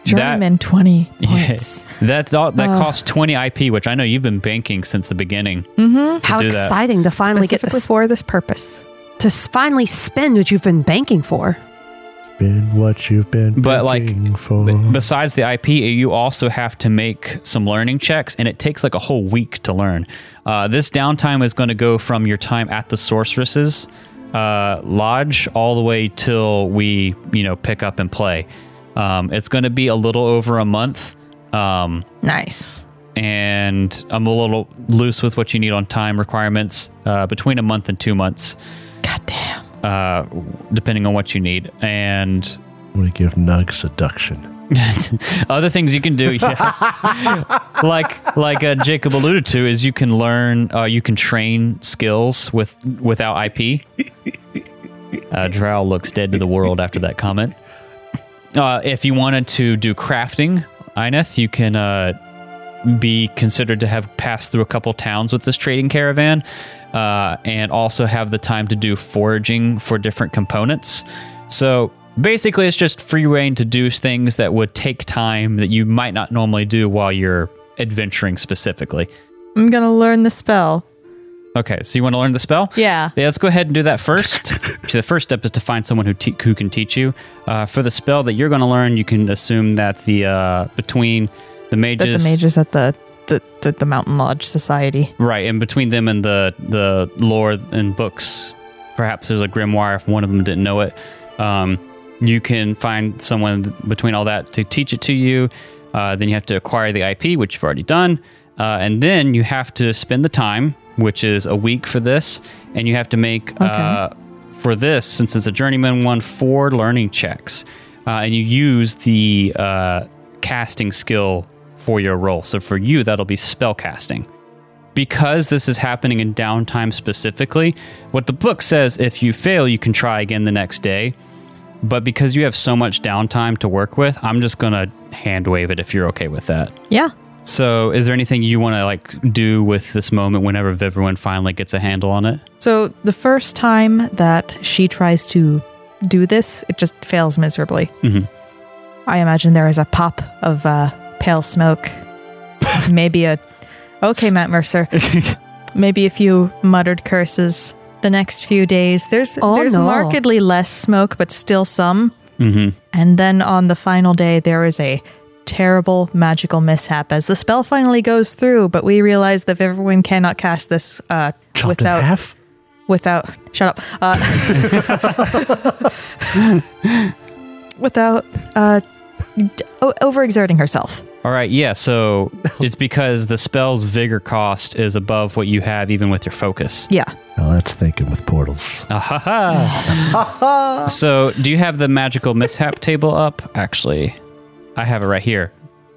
D: Journeyman 20
B: [laughs]
D: points.
B: That's all, that costs 20 IP, which I know you've been banking since the beginning.
F: How
B: do that.
F: exciting to finally get
D: Specifically
F: this,
D: for this purpose.
F: to s- finally spend what you've been banking for.
C: Been what you've been
B: But, like,
C: begging for.
B: Besides the IP, you also have to make some learning checks, and it takes like a whole week to learn. Uh, this downtime is going to go from your time at the Sorceress's uh, Lodge all the way till we, you know, pick up and play. Um, it's going to be a little over a month. Um,
D: Nice.
B: and I'm a little loose with what you need on time requirements uh, between a month and two months,
D: God damn.
B: uh, depending on what you need. And [laughs]
C: I'm going to give Nug seduction.
B: other things you can do, [laughs] yeah. like like uh, Jacob alluded to, is you can learn, uh, you can train skills with without IP. Uh, Drow looks dead to the world after that comment. Uh, if you wanted to do crafting, Ineth, you can uh, be considered to have passed through a couple towns with this trading caravan, uh, and also have the time to do foraging for different components. So basically, it's just free reign to do things that would take time that you might not normally do while you're adventuring specifically.
D: I'm going to learn the spell.
B: Okay, so you want to learn the spell?
D: Yeah.
B: Yeah, let's go ahead and do that first. so the first step is to find someone who te- who can teach you. Uh, for the spell that you're going to learn, you can assume that the uh, between the
D: That
B: mages,
D: the majors at the the, the the Mountain Lodge Society.
B: right, and between them and the the lore and books, perhaps there's a grimoire if one of them didn't know it. Um, you can find someone th- between all that to teach it to you. Uh, then you have to acquire the IP, which you've already done, uh, and then you have to spend the time, which is a week for this, and you have to make uh, for this since it's a journeyman one four learning checks, uh, and you use the uh, casting skill for your role. So for you, that'll be spell casting. because this is happening in downtime specifically, what the book says if you fail, you can try again the next day. But because you have so much downtime to work with, I'm just going to hand wave it if you're okay with that.
D: Yeah.
B: So, is there anything you want to like do with this moment whenever Viverwin finally gets a handle on it?
D: So the first time that she tries to do this, it just fails miserably.
C: Mm-hmm.
B: Mhm.
D: I imagine there is a pop of uh, pale smoke. Maybe a. Okay, Matt
C: [laughs]
D: Mercer. Maybe a few muttered curses. The next few days, there's
F: Oh,
D: there's
F: no.
D: markedly less smoke, but still some.
B: Mhm.
C: Mm-hmm.
D: And then on the final day, there is a terrible magical mishap as the spell finally goes through. But we realize that Viverwin cannot cast this uh,
C: Chopped in
D: without
C: half.
D: without shut up uh, without uh, d- o- overexerting herself
B: All right, yeah. So it's because the spell's vigor cost is above what you have, even with your focus.
D: yeah
C: Now that's thinking with portals.
B: Ah, ha, ha. so, do you have the magical mishap table up? Actually, I have it right here.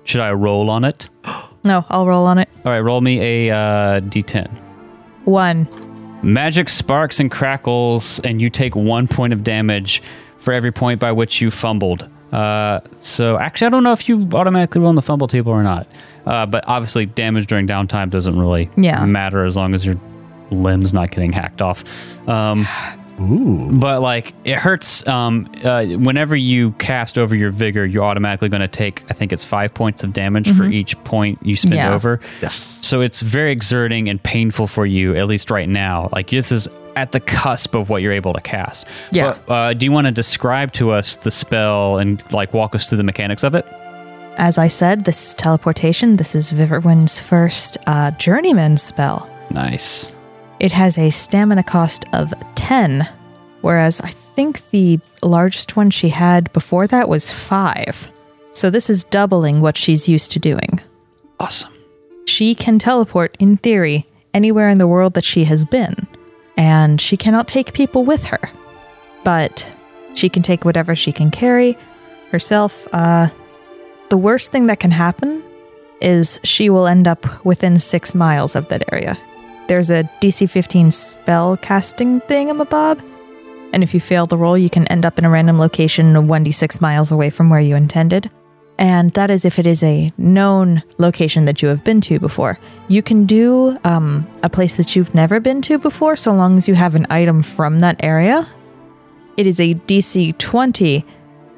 B: Should I roll on it?
D: no i'll roll on it
B: All right, roll me a uh, d10.
D: one
B: Magic sparks and crackles, and you take one point of damage for every point by which you fumbled. Uh, so, actually, I don't know if you automatically roll on the fumble table or not. Uh, but obviously, damage during downtime doesn't really
D: Yeah.
B: matter as long as your limb's not getting hacked off. Um, But like it hurts. Um, uh, whenever you cast over your vigor, you're automatically going to take. I think it's five points of damage for each point you spend
D: Mm-hmm. Yeah.
B: over. Yes. So it's very exerting and painful for you, at least right now. Like this is at the cusp of what you're able to cast.
D: Yeah.
B: But, uh, do you want to describe to us the spell and like walk us through the mechanics of it?
D: as i said this is teleportation this is viverwin's first uh, journeyman spell
B: Nice.
D: It has a stamina cost of 10, whereas I think the largest one she had before that was 5. So this is doubling what she's used to doing.
B: Awesome.
D: She can teleport, in theory, anywhere in the world that she has been, and she cannot take people with her. But she can take whatever she can carry herself. Uh, the worst thing that can happen is she will end up within six miles of that area. There's a DC 15 spell casting thingamabob, and if you fail the roll, you can end up in a random location 1d6 miles away from where you intended. And that is if it is a known location that you have been to before. You can do um, a place that you've never been to before so long as you have an item from that area. It is a DC 20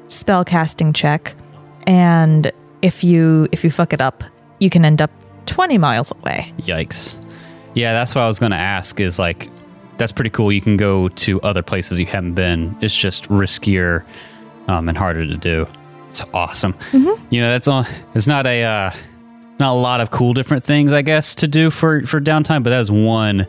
D: spell casting check, and if you if you fuck it up, you can end up 20 miles away.
B: Yikes. Yeah, that's what I was going to ask is like, that's pretty cool. You can go to other places you haven't been. It's just riskier um, and harder to do. It's awesome.
D: Mm-hmm.
B: You know, that's all. It's not a, uh, it's not a lot of cool different things, I guess, to do for, for downtime, but that is one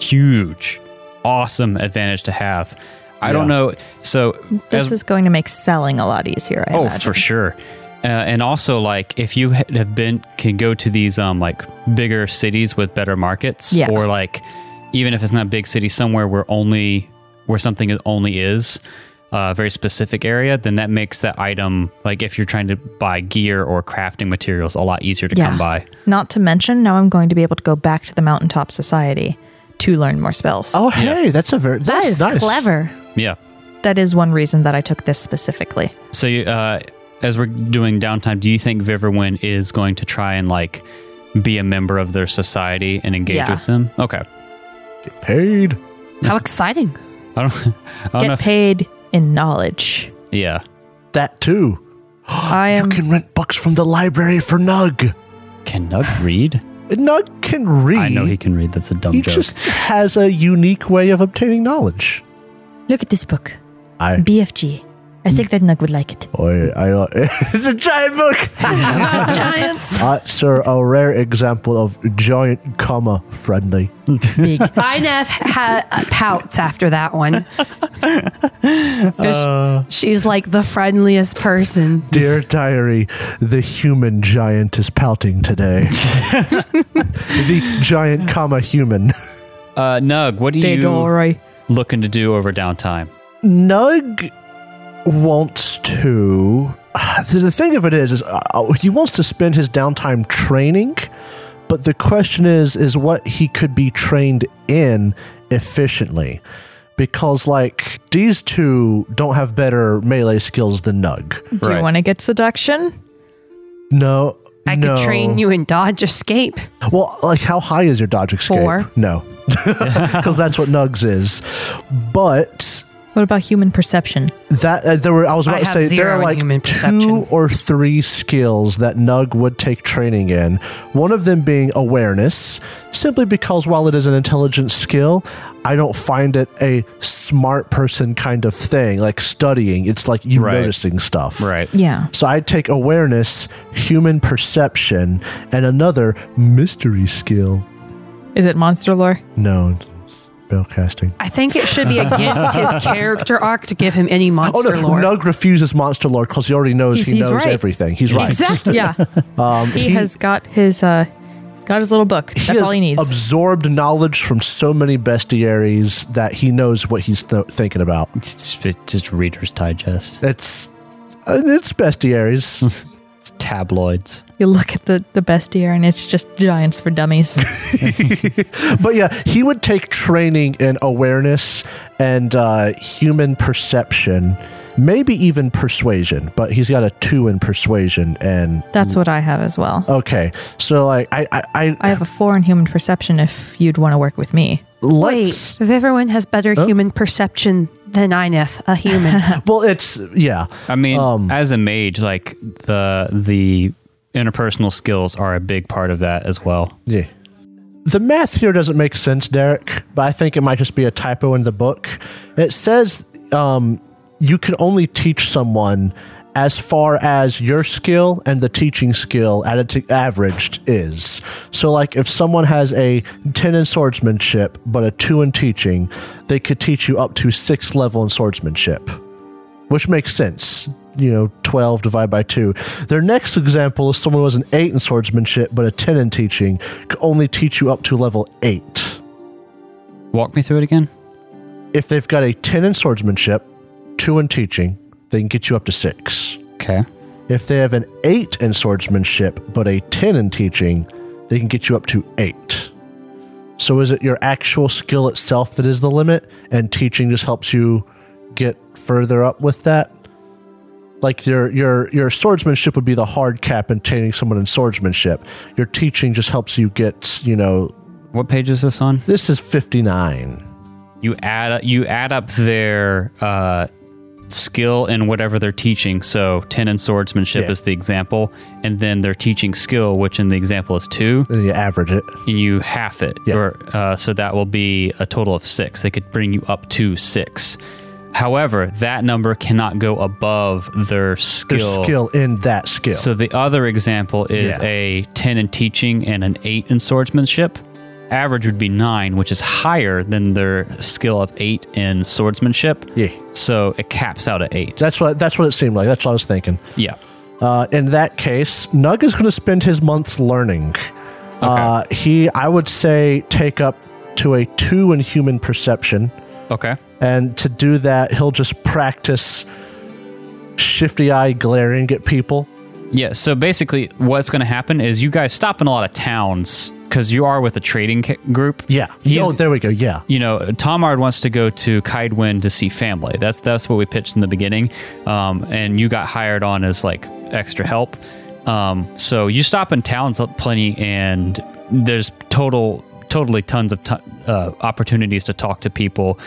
B: huge, awesome advantage to have. I don't know. So
D: This
B: as-
D: is going to make selling a lot easier. I
B: oh
D: imagine.
B: for sure uh, and also like if you ha- have been can go to these um like bigger cities with better markets
D: Yeah.
B: or like even if it's not a big city somewhere where only where something is only is uh, a very specific area then that makes that item like if you're trying to buy gear or crafting materials a lot easier to
D: Yeah.
B: come by
D: Not to mention, now I'm going to be able to go back to the Mountaintop Society to learn more spells.
C: Oh, hey, that's a very
F: That
C: that's
F: is
C: nice.
F: clever.
B: yeah
D: That is one reason that I took this specifically.
B: So, you, uh, as we're doing downtime, do you think Viverwin is going to try and like be a member of their society and engage
D: Yeah.
B: with them? Okay.
C: Get paid.
F: How exciting.
B: I don't. [laughs] I don't know.
D: Get
B: If,
D: paid in
C: [gasps]
D: knowledge.
B: yeah.
C: That too.
D: I am.
F: Um,
C: You can rent books from the library for Nug.
B: Can Nug read?
C: Nug can read.
B: I know he can read. That's a dumb
C: He
B: joke.
C: just has a unique way of obtaining knowledge.
D: Look at this book,
C: I,
D: BFG. I think that Nug would like it.
C: I, I [laughs] it's a giant
F: [laughs]
C: book.
F: Giants.
C: uh, sir, a rare example of giant comma friendly.
D: Big.
F: Inef ha- pouts after that
C: [laughs]
F: one. 'Cause
C: Uh.
F: she's like the friendliest person.
C: Dear diary, the human giant is pouting today. the giant comma human.
B: uh, Nug, what are you
D: Fedora.
B: looking to do over downtime?
C: Nug wants uh, to. The thing of it is, is uh, he wants to spend his downtime training, But the question is, is what he could be trained in efficiently. Because, like, these two don't have better melee skills than Nug.
D: Do you
B: Right.
D: want to get seduction?
C: No.
F: I
C: no.
F: could train you in dodge escape.
C: Well, like, how high is your dodge escape?
F: Four.
C: No. [laughs] Because that's what Nug's is. But
D: What about human perception?
C: that uh, there were i was
F: I
C: about to
F: have
C: say there
F: zero
C: are
F: in
C: like
F: human
C: two
F: perception.
C: or three skills that nug would take training in one of them being awareness simply because while it is an intelligence skill i don't find it a smart person kind of thing like studying it's like you
B: Right.
C: noticing stuff
B: Right.
D: Yeah.
C: so i take awareness human perception and another mystery skill
D: Is it monster lore?
C: no it's- it's spellcasting
F: I think it should be
C: [laughs]
F: against his character arc to give him any
C: Oh
F: monster
C: no!
F: lore.
C: Nug refuses monster lore because he already knows
D: He's-
C: he
D: he's
C: knows
D: right.
C: everything. He's right.
D: [laughs]
F: Exactly.
D: Yeah.
C: [laughs] Um,
D: he, has got his uh he's got his little book.
C: he
D: That's
C: has
D: all he needs.
C: absorbed knowledge from so many bestiaries that he knows what he's th- thinking about.
B: It's, it's- it's just Reader's Digest.
C: It's uh, it's
D: [laughs]
C: bestiaries.
B: It's tabloids.
D: you look at the the bestiary and it's just giants for
C: [laughs]
D: dummies.
C: but yeah, he would take training in awareness and uh, human perception, maybe even persuasion. But he's got a two in persuasion, and
D: That's what I have as well.
C: okay, so like I I, I,
D: I have a four in human perception if you'd want to work with me.
F: Wait,
C: let's-
F: Viverwin has better human perception than Inef, a human.
C: [laughs] Well, it's yeah.
B: I mean,
C: Um,
B: as a mage, like the the interpersonal skills are a big part of that as well.
C: Yeah. The math here doesn't make sense, Derek, but I think it might just be a typo in the book. It says um, you can only teach someone as far as your skill and the teaching skill added to averaged is. So, like, if someone has a 10 in swordsmanship but a 2 in teaching, they could teach you up to 6 level in swordsmanship which makes sense. You know, 12 divided by 2. Their next example is someone who has an 8 in swordsmanship, but a 10 in teaching, could only teach you up to level 8.
B: Walk me through it again.
C: If they've got a 10 in swordsmanship, 2 in teaching, they can get you up to 6.
B: Okay.
C: If they have an 8 in swordsmanship, but a 10 in teaching, they can get you up to 8. So is it your actual skill itself that is the limit, and teaching just helps you get further up with that? Like your your your swordsmanship would be the hard cap in training someone in swordsmanship. Your teaching just helps you get, you know,
B: What page is this on?
C: this is 59.
B: You add you add up their uh, skill in whatever they're teaching. So ten in swordsmanship
C: Yeah.
B: is the example, and then their teaching skill, which in the example is two,
C: And you average uh, it.
B: and you half it.
C: Yeah.
B: Or, uh, so that will be a total of six. They could bring you up to six. However, that number cannot go above their
C: Their
B: skill.
C: skill in that skill.
B: So the other example is
C: Yeah.
B: a 10 in teaching and an 8 in swordsmanship. Average would be 9, which is higher than their skill of 8 in swordsmanship.
C: Yeah.
B: So it caps out at 8.
C: that's what that's what it seemed like. That's what I was thinking.
B: yeah.
C: Uh, in that case, Nug is going to spend his months learning. Uh, he, I would say, take up to a two in human perception,
B: Okay.
C: and to do that, he'll just practice shifty eye glaring at people.
B: Yeah, so basically what's going to happen is you guys stop in a lot of towns cuz you are with a trading ca- group.
C: Yeah.
B: He's-
C: oh, there we go. Yeah.
B: you know, Tomard wants to go to Kaidwin to see family. That's that's what we pitched in the beginning, um, and you got hired on as like extra help. Um, so you stop in towns plenty, and there's total, totally tons of t- uh, opportunities to talk to people.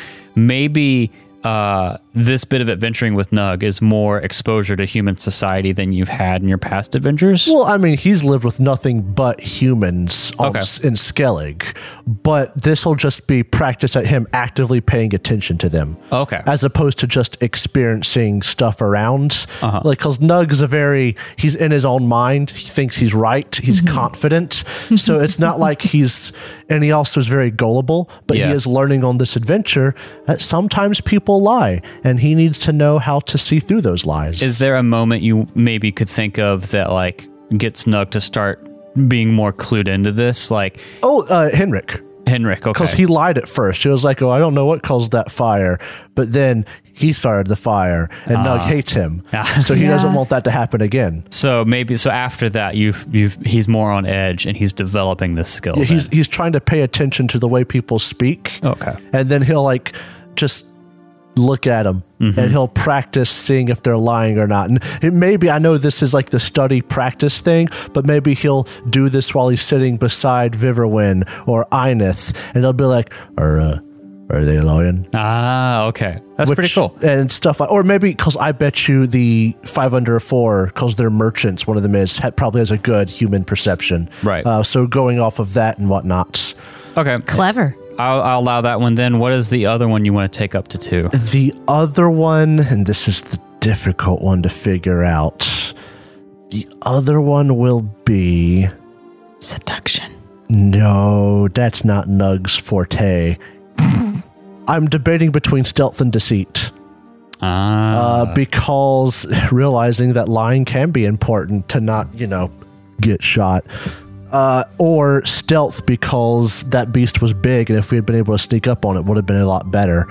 B: Maybe uh, this bit of adventuring with Nug is more exposure to human society than you've had in your past adventures.
C: Well, I mean, he's lived with nothing but humans on,
B: Okay.
C: in Skellig, but this will just be practice at him actively paying attention to them.
B: Okay.
C: As opposed to just experiencing stuff around.
B: Uh-huh.
C: Like, because Nug's a very, he's in his own mind. He thinks he's right. He's confident. So it's not like he's, and he also is very gullible, but
B: Yeah.
C: he is learning on this adventure that sometimes people lie, and he needs to know how to see through those lies.
B: Is there a moment you maybe could think of that like gets Nug to start being more clued into this? Like
C: oh, uh, Henrik.
B: Henrik, okay.
C: because he lied at first. He was like, "Oh, I don't know what caused that fire," but then he started the fire, and
B: Uh-huh.
C: Nug hates him, so he doesn't
F: Yeah.
C: want that to happen again.
B: So maybe so after that you you he's more on edge and he's developing this skill.
C: Yeah, he's
B: then.
C: he's trying to pay attention to the way people speak.
B: Okay.
C: And then he'll like just look at them
B: Mm-hmm.
C: and he'll practice seeing if they're lying or not. And it maybe I know this is like the study practice thing, but maybe he'll do this while he's sitting beside Viverwin or Ineth and he'll be like, "Are uh, are they lying?"
B: ah okay that's
C: Which-
B: pretty cool.
C: And stuff like, or maybe because I bet you the five under four, because they're merchants, one of them is ha- probably has a good human perception,
B: Right.
C: Uh, so going off of that and whatnot.
B: Okay,
F: Clever.
B: I'll, I'll allow that one. Then what is the other one you want to take up to two?
C: The other one, and this is the difficult one to figure out. The other one will be
D: Seduction.
C: no, that's not Nug's forte. I'm debating between stealth and deceit
B: Ah,
C: uh, because [laughs] realizing that lying can be important to not, you know, get shot. Uh, or stealth because that beast was big, and if we had been able to sneak up on it, would have been a lot better.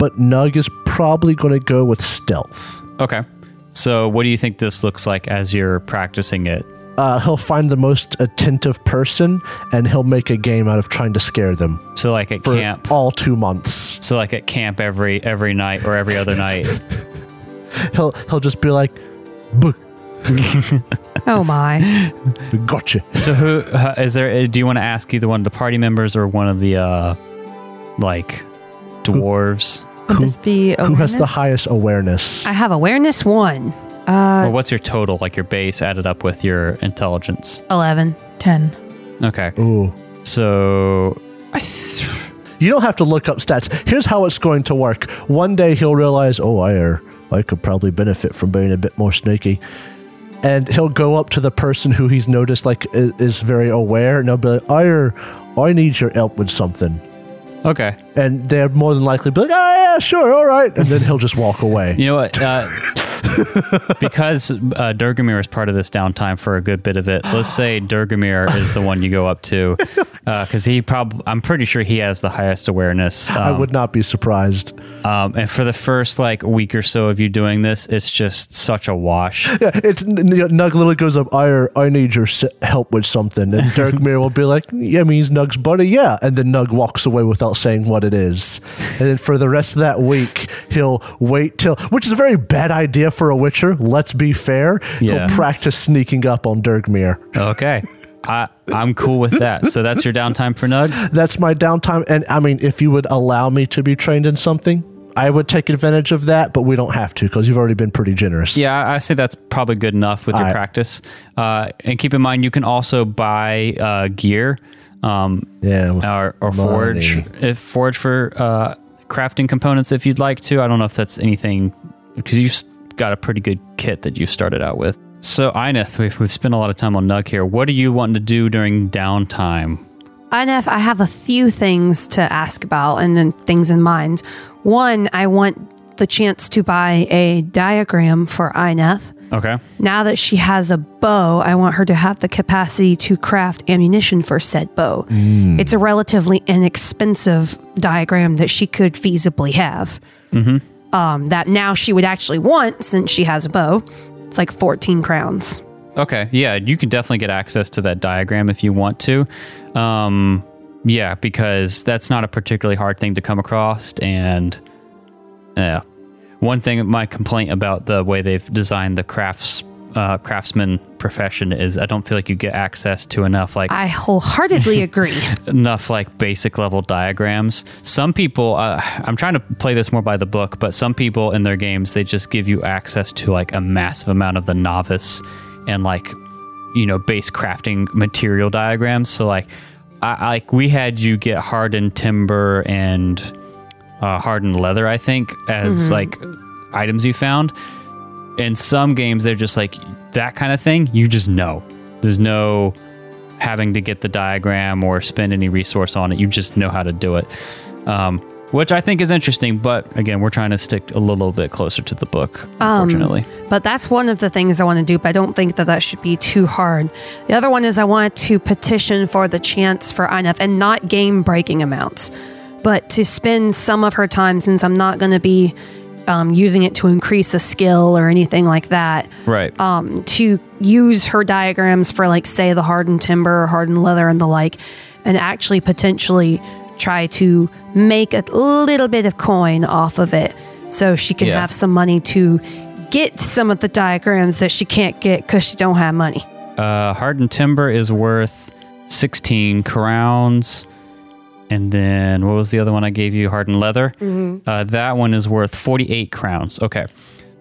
C: But Nug is probably going to go with stealth.
B: okay. So what do you think this looks like as you're practicing it?
C: uh, he'll find the most attentive person and he'll make a game out of trying to scare them
B: So like at
C: for
B: camp.
C: all two months.
B: So like at camp every every night or every
C: [laughs]
B: other night.
C: He'll he'll just be like, "Buh,
F: Oh my.
C: "Gotcha."
B: So who uh, is there? uh, Do you want to ask either one of the party members or one of the uh, like dwarves?
D: Would this be
C: Who has the
D: awareness?
C: highest awareness?
F: I have awareness one.
C: Uh,
B: or what's your total, like your base added up with your intelligence?
F: 11.
D: ten?
B: Okay,
C: Ooh.
B: so
C: You don't have to look up stats. Here's how it's going to work. One day he'll realize, "Oh, I er, I could probably benefit from being a bit more sneaky." And he'll go up to the person who he's noticed like is, is very aware, and he'll be like, "I er, I need your help with something."
B: okay,
C: And they're more than likely be like, "Oh yeah, sure, all right," and then he'll just walk away.
B: you know what?
C: [laughs]
B: Uh, because uh, Durgamir is part of this downtime for a good bit of it. Let's say Durgamir is the one you go up
C: [laughs]
B: to because he probably I'm pretty sure he has the highest awareness.
C: I
B: um,
C: would not be surprised.
B: Um, and for the first like week or so of you doing this, it's just such a wash.
C: Yeah, it's N- N- Nug literally goes up. I I need your s- help with something, and
B: [laughs]
C: Dirk Mir will be like, "Yeah, I mean he's Nug's buddy, yeah." And then Nug walks away without saying what it is. And then for the rest of that week, he'll wait till, which is a very bad idea for a Witcher. Let's be fair.
B: Yeah.
C: He'll practice sneaking up on Dirk Mir.
B: Okay. I, I'm cool with that. So that's your downtime for Nug.
C: That's my downtime. And I mean, if you would allow me to be trained in something, I would take advantage of that. But we don't have to because you've already been pretty generous.
B: Yeah, I- I say that's probably good enough with your
C: Alright.
B: practice. Uh, and keep in mind, you can also buy uh, gear um,
C: Yeah. with
B: or, or
C: money.
B: forge if forge for uh, crafting components if you'd like to. I don't know if that's anything because you've s- got a pretty good kit that you've started out with. So, Ineth, we've, we've spent a lot of time on Nug here. What are you wanting to do during downtime?
F: Inef, I have a few things to ask about and then things in mind. One, I want the chance to buy a diagram for Ineth.
B: Okay.
F: Now that she has a bow, I want her to have the capacity to craft ammunition for said bow. It's a relatively inexpensive diagram that she could feasibly have. Um, that now she would actually want since she has a bow. It's like 14 crowns.
B: Okay, yeah, you can definitely get access to that diagram if you want to. Um, yeah, because that's not a particularly hard thing to come across, and yeah, one thing my complaint about the way they've designed the crafts uh, craftsman profession is I don't feel like you get access to enough like
F: I wholeheartedly agree.
B: enough like basic level diagrams. Some people, uh, I'm trying to play this more by the book, but some people in their games they just give you access to like a massive amount of the novice and like you know base crafting material diagrams. So like, I, I- like we had you get hardened timber and uh, hardened leather, I think, as like items you found. In some games, they're just like that kind of thing. You just know. There's no having to get the diagram or spend any resource on it. You just know how to do it, um, which I think is interesting. But again, we're trying to stick a little bit closer to the book, unfortunately.
F: But that's one of the things I want to do, but I don't think that that should be too hard. The other one is I want to petition for the chance for Ineth and not game breaking amounts, but to spend some of her time since I'm not going to be um, using it to increase a skill or anything like that.
B: Right.
F: Um, to use her diagrams for, like, say, the hardened timber, hardened leather, and the like, and actually potentially try to make a little bit of coin off of it so she can
B: Yeah.
F: have some money to get some of the diagrams that she can't get because she don't have money.
B: Uh, hardened timber is worth 16 crowns. And then what was the other one I gave you? Hardened leather. Uh, that one is worth 48 crowns. Okay.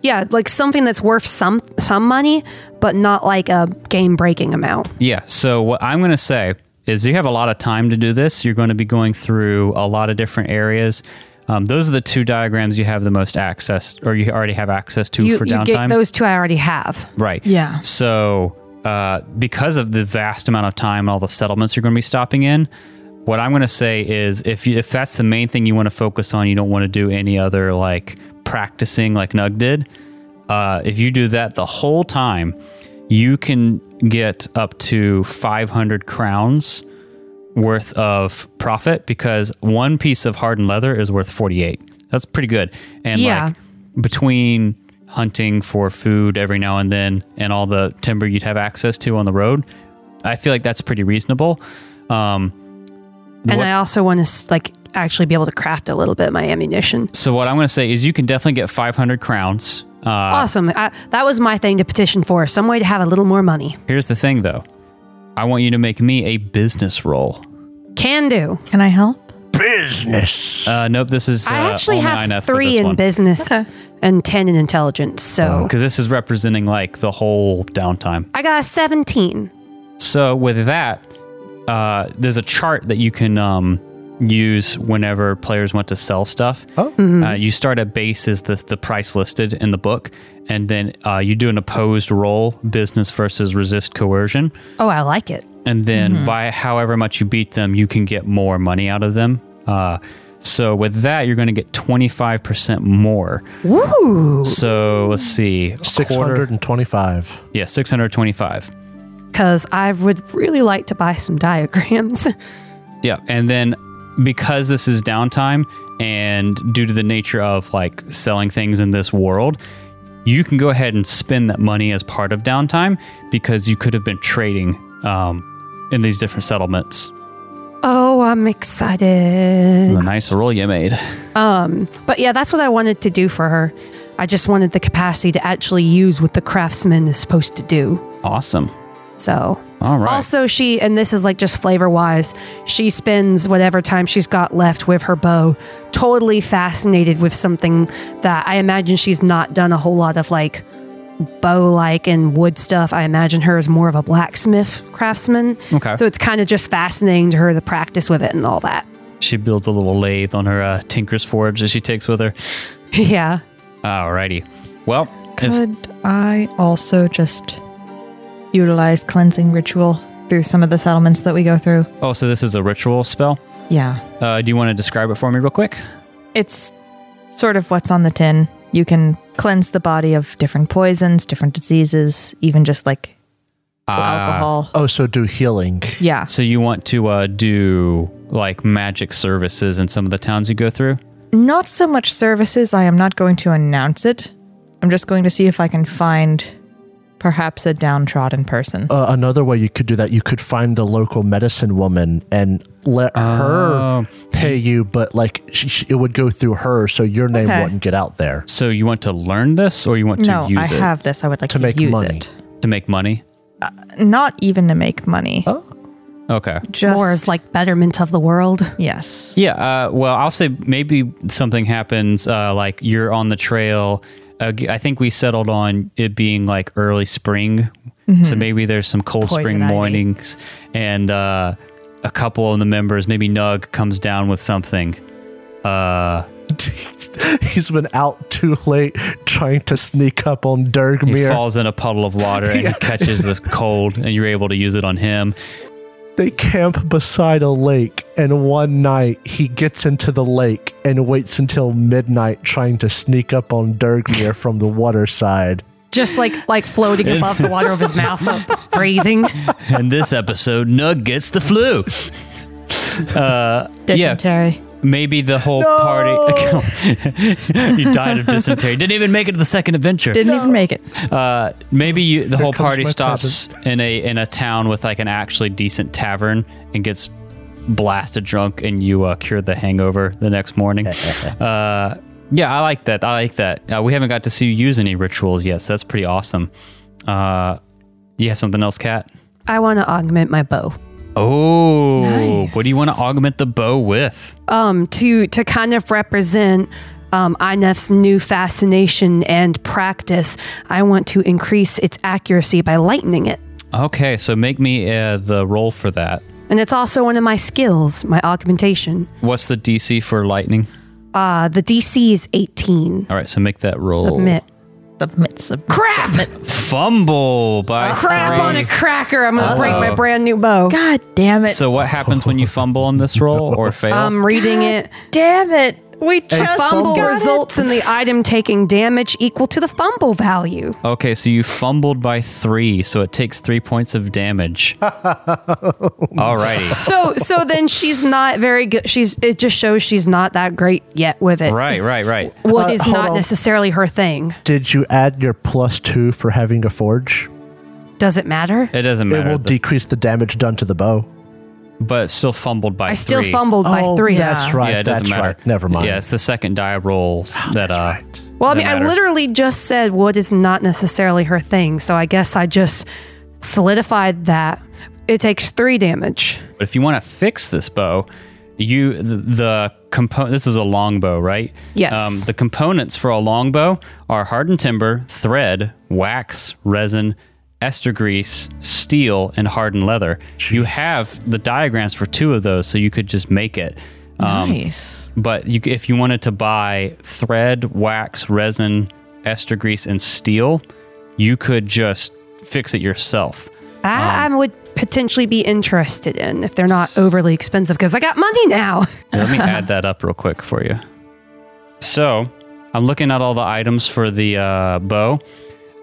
F: Yeah, like something that's worth some some money, but not like a game breaking amount.
B: Yeah. So what I'm going to say is you have a lot of time to do this. You're going to be going through a lot of different areas. Um, those are the two diagrams you have the most access, or you already have access to
F: You,
B: for
F: you
B: downtime.
F: get those two I already have.
B: Right.
F: Yeah.
B: So, uh, because of the vast amount of time and all the settlements you're going to be stopping in, what I'm going to say is if you, if that's the main thing you want to focus on, you don't want to do any other like practicing like Nug did. Uh, if you do that the whole time, you can get up to 500 crowns worth of profit because one piece of hardened leather is worth 48. That's pretty good. And
F: Yeah.
B: like between hunting for food every now and then and all the timber you'd have access to on the road, I feel like that's pretty reasonable. Um,
F: And
B: What-
F: I also want to like actually be able to craft a little bit of my ammunition.
B: so what I'm going to say is you can definitely get 500 crowns. Uh,
F: awesome. I, that was my thing to petition for some way to have a little more money.
B: here's the thing though. I want you to make me a business roll.
F: Can do.
D: Can I help?
C: Business.
B: Uh, nope, this is. Uh,
F: I actually
B: only
F: have
B: INF for
F: three
B: this
F: in
B: one. Oh,
F: business
D: Okay.
F: and 10 in intelligence. So
B: because this is representing like the whole downtime.
F: I got a 17.
B: So with that, uh, there's a chart that you can um, use whenever players want to sell stuff. Oh. Uh, you start at base is the the price listed in the book, and then uh, you do an opposed roll, business versus resist coercion,
F: Oh, I like it.
B: and then by however much you beat them, you can get more money out of them. Uh, so with that, you're going to get 25% more.
F: Woo!
B: So let's see, a quarter-
C: 625.
B: Yeah, 625.
F: Because I would really like to buy some diagrams. [laughs]
B: Yeah, and then because this is downtime and due to the nature of like selling things in this world, you can go ahead and spend that money as part of downtime because you could have been trading um, in these different settlements.
F: oh, I'm excited.
B: A nice roll you made.
F: But yeah, that's what I wanted to do for her. I just wanted the capacity to actually use what the craftsman is supposed to do.
B: Awesome.
F: So,
B: All right.
F: also, she, and this is like just flavor wise, she spends whatever time she's got left with her bow, totally fascinated with something that I imagine she's not done a whole lot of like bow like and wood stuff. I imagine her as more of a blacksmith craftsman.
B: Okay.
F: So, it's kind of just fascinating to her the practice with it and all that. [laughs]
B: she builds a little lathe on her uh, tinker's forge that she takes with her.
F: yeah.
B: Alrighty. Well, if,
D: Could I also just utilize cleansing ritual through some of the settlements that we go through?
B: oh, so this is a ritual spell.
D: Yeah.
B: Uh, do you want to describe it for me real quick?
D: It's sort of what's on the tin. You can cleanse the body of different poisons, different diseases, even just like
B: Ah.
D: alcohol.
C: Oh, so do healing.
D: Yeah.
B: So you want to uh, do like magic services in some of the towns you go through?
D: Not so much services. I am not going to announce it. I'm just going to see if I can find perhaps a downtrodden person.
C: Uh, another way you could do that, you could find the local medicine woman and let
B: Oh.
C: her pay you, but like sh- sh- it would go through her, so your name
D: Okay.
C: wouldn't get out there. [laughs]
B: So you want to learn this, or you want to
D: no,
B: use
D: I
B: it
D: have this. I would like to,
C: To make
D: use
C: money.
D: it.
B: to make money?
D: Not even to make money.
B: Okay.
D: Just
F: More is like betterment of the world.
D: yes.
B: Yeah. Uh, well, I'll say maybe something happens. Uh, like you're on the trail. Uh, g- I think we settled on it being like early spring, so maybe there's some cold
D: Mm-hmm. Poison
B: spring
D: ivy.
B: mornings, and uh, a couple of the members, maybe Nug, comes down with something. Uh,
C: He's been out too late trying to sneak up on
B: He
C: Dergmir.
B: falls in a puddle of water and he catches this cold, and you're able to use it on him.
C: They camp beside a lake, and one night he gets into the lake and waits until midnight trying to sneak up on Dergmir from the water side.
F: just like like
B: [laughs]
F: floating above the water of his mouth, breathing.
B: In this episode, Nug gets the flu. Uh, yeah,
D: Dysentery.
B: Maybe the whole party. [laughs] you died of dysentery. Didn't even make it to the second adventure.
D: Didn't even make it.
B: Uh, maybe you, the whole
C: comes
B: party
C: my
B: stops in a in a town with like an actually decent tavern and gets blasted drunk, and you uh, cure the hangover the next morning. [laughs] uh, yeah, I like that. I like that. Uh, we haven't got to see you use any rituals yet, so that's pretty awesome. Uh, you have something else, Kat?
F: I want to augment my bow.
B: Oh, what do you want to augment the bow with?
F: um, to to kind of represent um, INEF's new fascination and practice, I want to increase its accuracy by lightening it.
B: Okay, so make me uh, the roll for that.
F: And it's also one of my skills, my augmentation.
B: What's the DC for lightning?
F: Uh, the DC is 18.
B: All right, so make that roll.
F: Submit.
D: Submit, submit.
F: Crap!
B: Fumble by
F: Crap
B: three.
F: on a cracker. I'm going to break my brand new bow.
D: God damn it.
B: So what happens when you fumble on this
C: [laughs]
B: roll or fail?
F: I'm reading it.
D: damn it. We just
F: Fumble
D: got
F: results in the item taking damage equal to the fumble value.
B: okay, so you fumbled by three, so it takes three points of
C: [laughs]
B: damage.
C: Oh,
B: Alrighty.
F: So so then she's not very good. She's it just shows she's not that great yet with it.
B: [laughs] Right, right, right.
F: What
C: Uh,
F: is
C: hold
F: not
C: on.
F: necessarily her thing.
C: Did you add your plus two for having a forge?
F: Does it matter?
B: It doesn't
C: It
B: matter.
C: will
B: the-
C: decrease the damage done to the bow.
B: but still fumbled by
F: I
B: three.
F: still fumbled by three.
C: Oh, That's right.
B: Yeah, it doesn't
C: that's
B: matter.
C: right. Never mind. Oh,
B: Yeah, it's the second die rolls that uh
F: Well, I mean,
B: matter.
F: I literally just said what is not necessarily her thing, so I guess I just solidified that. It takes three damage.
B: But if you want to fix this bow, you the, the component. This is a longbow, right? Um,
F: Yes.
B: the components for a longbow are hardened timber, thread, wax, resin, ester grease, steel, and hardened leather. You have the diagrams for two of those, so you could just make it. Um,
D: nice.
B: But you, c- if you wanted to buy thread, wax, resin, ester grease, and steel, you could just fix it yourself.
F: I,
B: Um.
F: I would potentially be interested in if they're not overly expensive because I got money now. [laughs]
B: Here, let me add that up real quick for you. So, I'm looking at all the items for the uh, bow,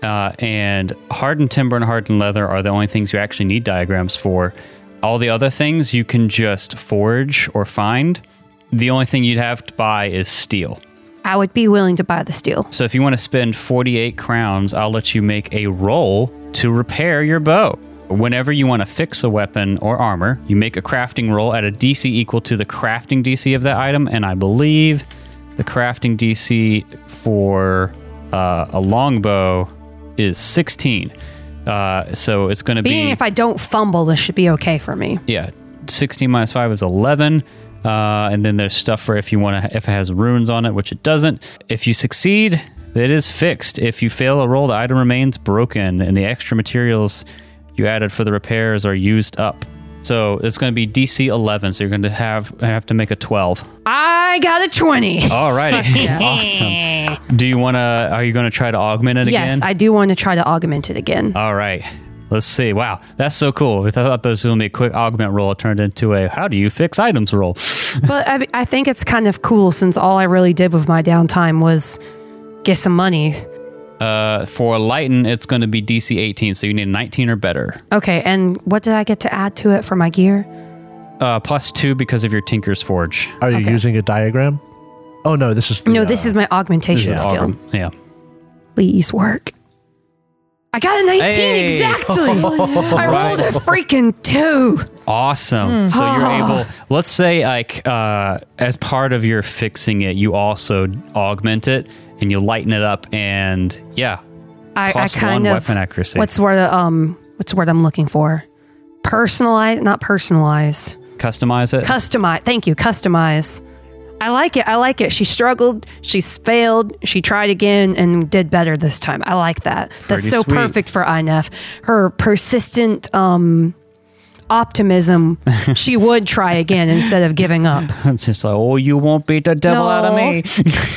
B: uh, and hardened timber and hardened leather are the only things you actually need diagrams for. All the other things you can just forge or find. The only thing you'd have to buy is steel.
F: I would be willing to buy the steel.
B: So, if you want to spend 48 crowns, I'll let you make a roll to repair your bow. Whenever you want to fix a weapon or armor, you make a crafting roll at a DC equal to the crafting DC of that item. And I believe the crafting DC for uh, a longbow is 16. Uh, so it's going to be.
F: Being if I don't fumble, this should be okay for me.
B: Yeah, 16 minus 5 is 11. Uh, and then there's stuff for if you want to, if it has runes on it, which it doesn't. If you succeed, it is fixed. If you fail a roll, the item remains broken, and the extra materials you added for the repairs are used up. So it's going to be DC 11. So you're going to have have to make a 12.
F: I got a 20.
B: Alrighty, [laughs] awesome. Do you want to? Are you going to try to augment it
F: yes,
B: again?
F: I do want to try to augment it again.
B: All right. Let's see. Wow, that's so cool. I thought this was going to be a quick augment roll. It turned into a how do you fix items roll.
F: But I, I think it's kind of cool since all I really did with my downtime was get some money.
B: Uh, for lighten, it's going to be DC 18, so you need a 19 or better.
F: Okay, and what did I get to add to it for my gear?
B: Uh, plus two because of your Tinker's Forge.
C: Are you
F: Okay.
C: using a diagram? Oh no, this is the,
F: No, this
C: uh,
F: is my augmentation
B: This is
F: skill.
B: Augur- Yeah.
F: Please work. I got a 19
B: Hey.
F: exactly.
B: [laughs]
F: I rolled a
B: Right.
F: freaking two.
B: Awesome. So you're able, let's say, like, uh, as part of your fixing it, you also augment it and you lighten it up, and yeah,
F: I, I
B: Plus one
F: kind of
B: weapon accuracy.
F: What's the word? Um, what's the word I'm looking for? Personalize, not personalize.
B: customize it.
F: customize. Thank you, customize. I like it. I like it. She struggled. She's failed. She tried again and did better this time. I like that. That's
B: Pretty
F: so
B: sweet.
F: perfect for INF. Her persistent um,
B: [laughs]
F: optimism. she would try again instead of giving up.
B: [laughs] it's just like, oh, you won't beat the devil out of
F: No.
B: me.
F: [laughs]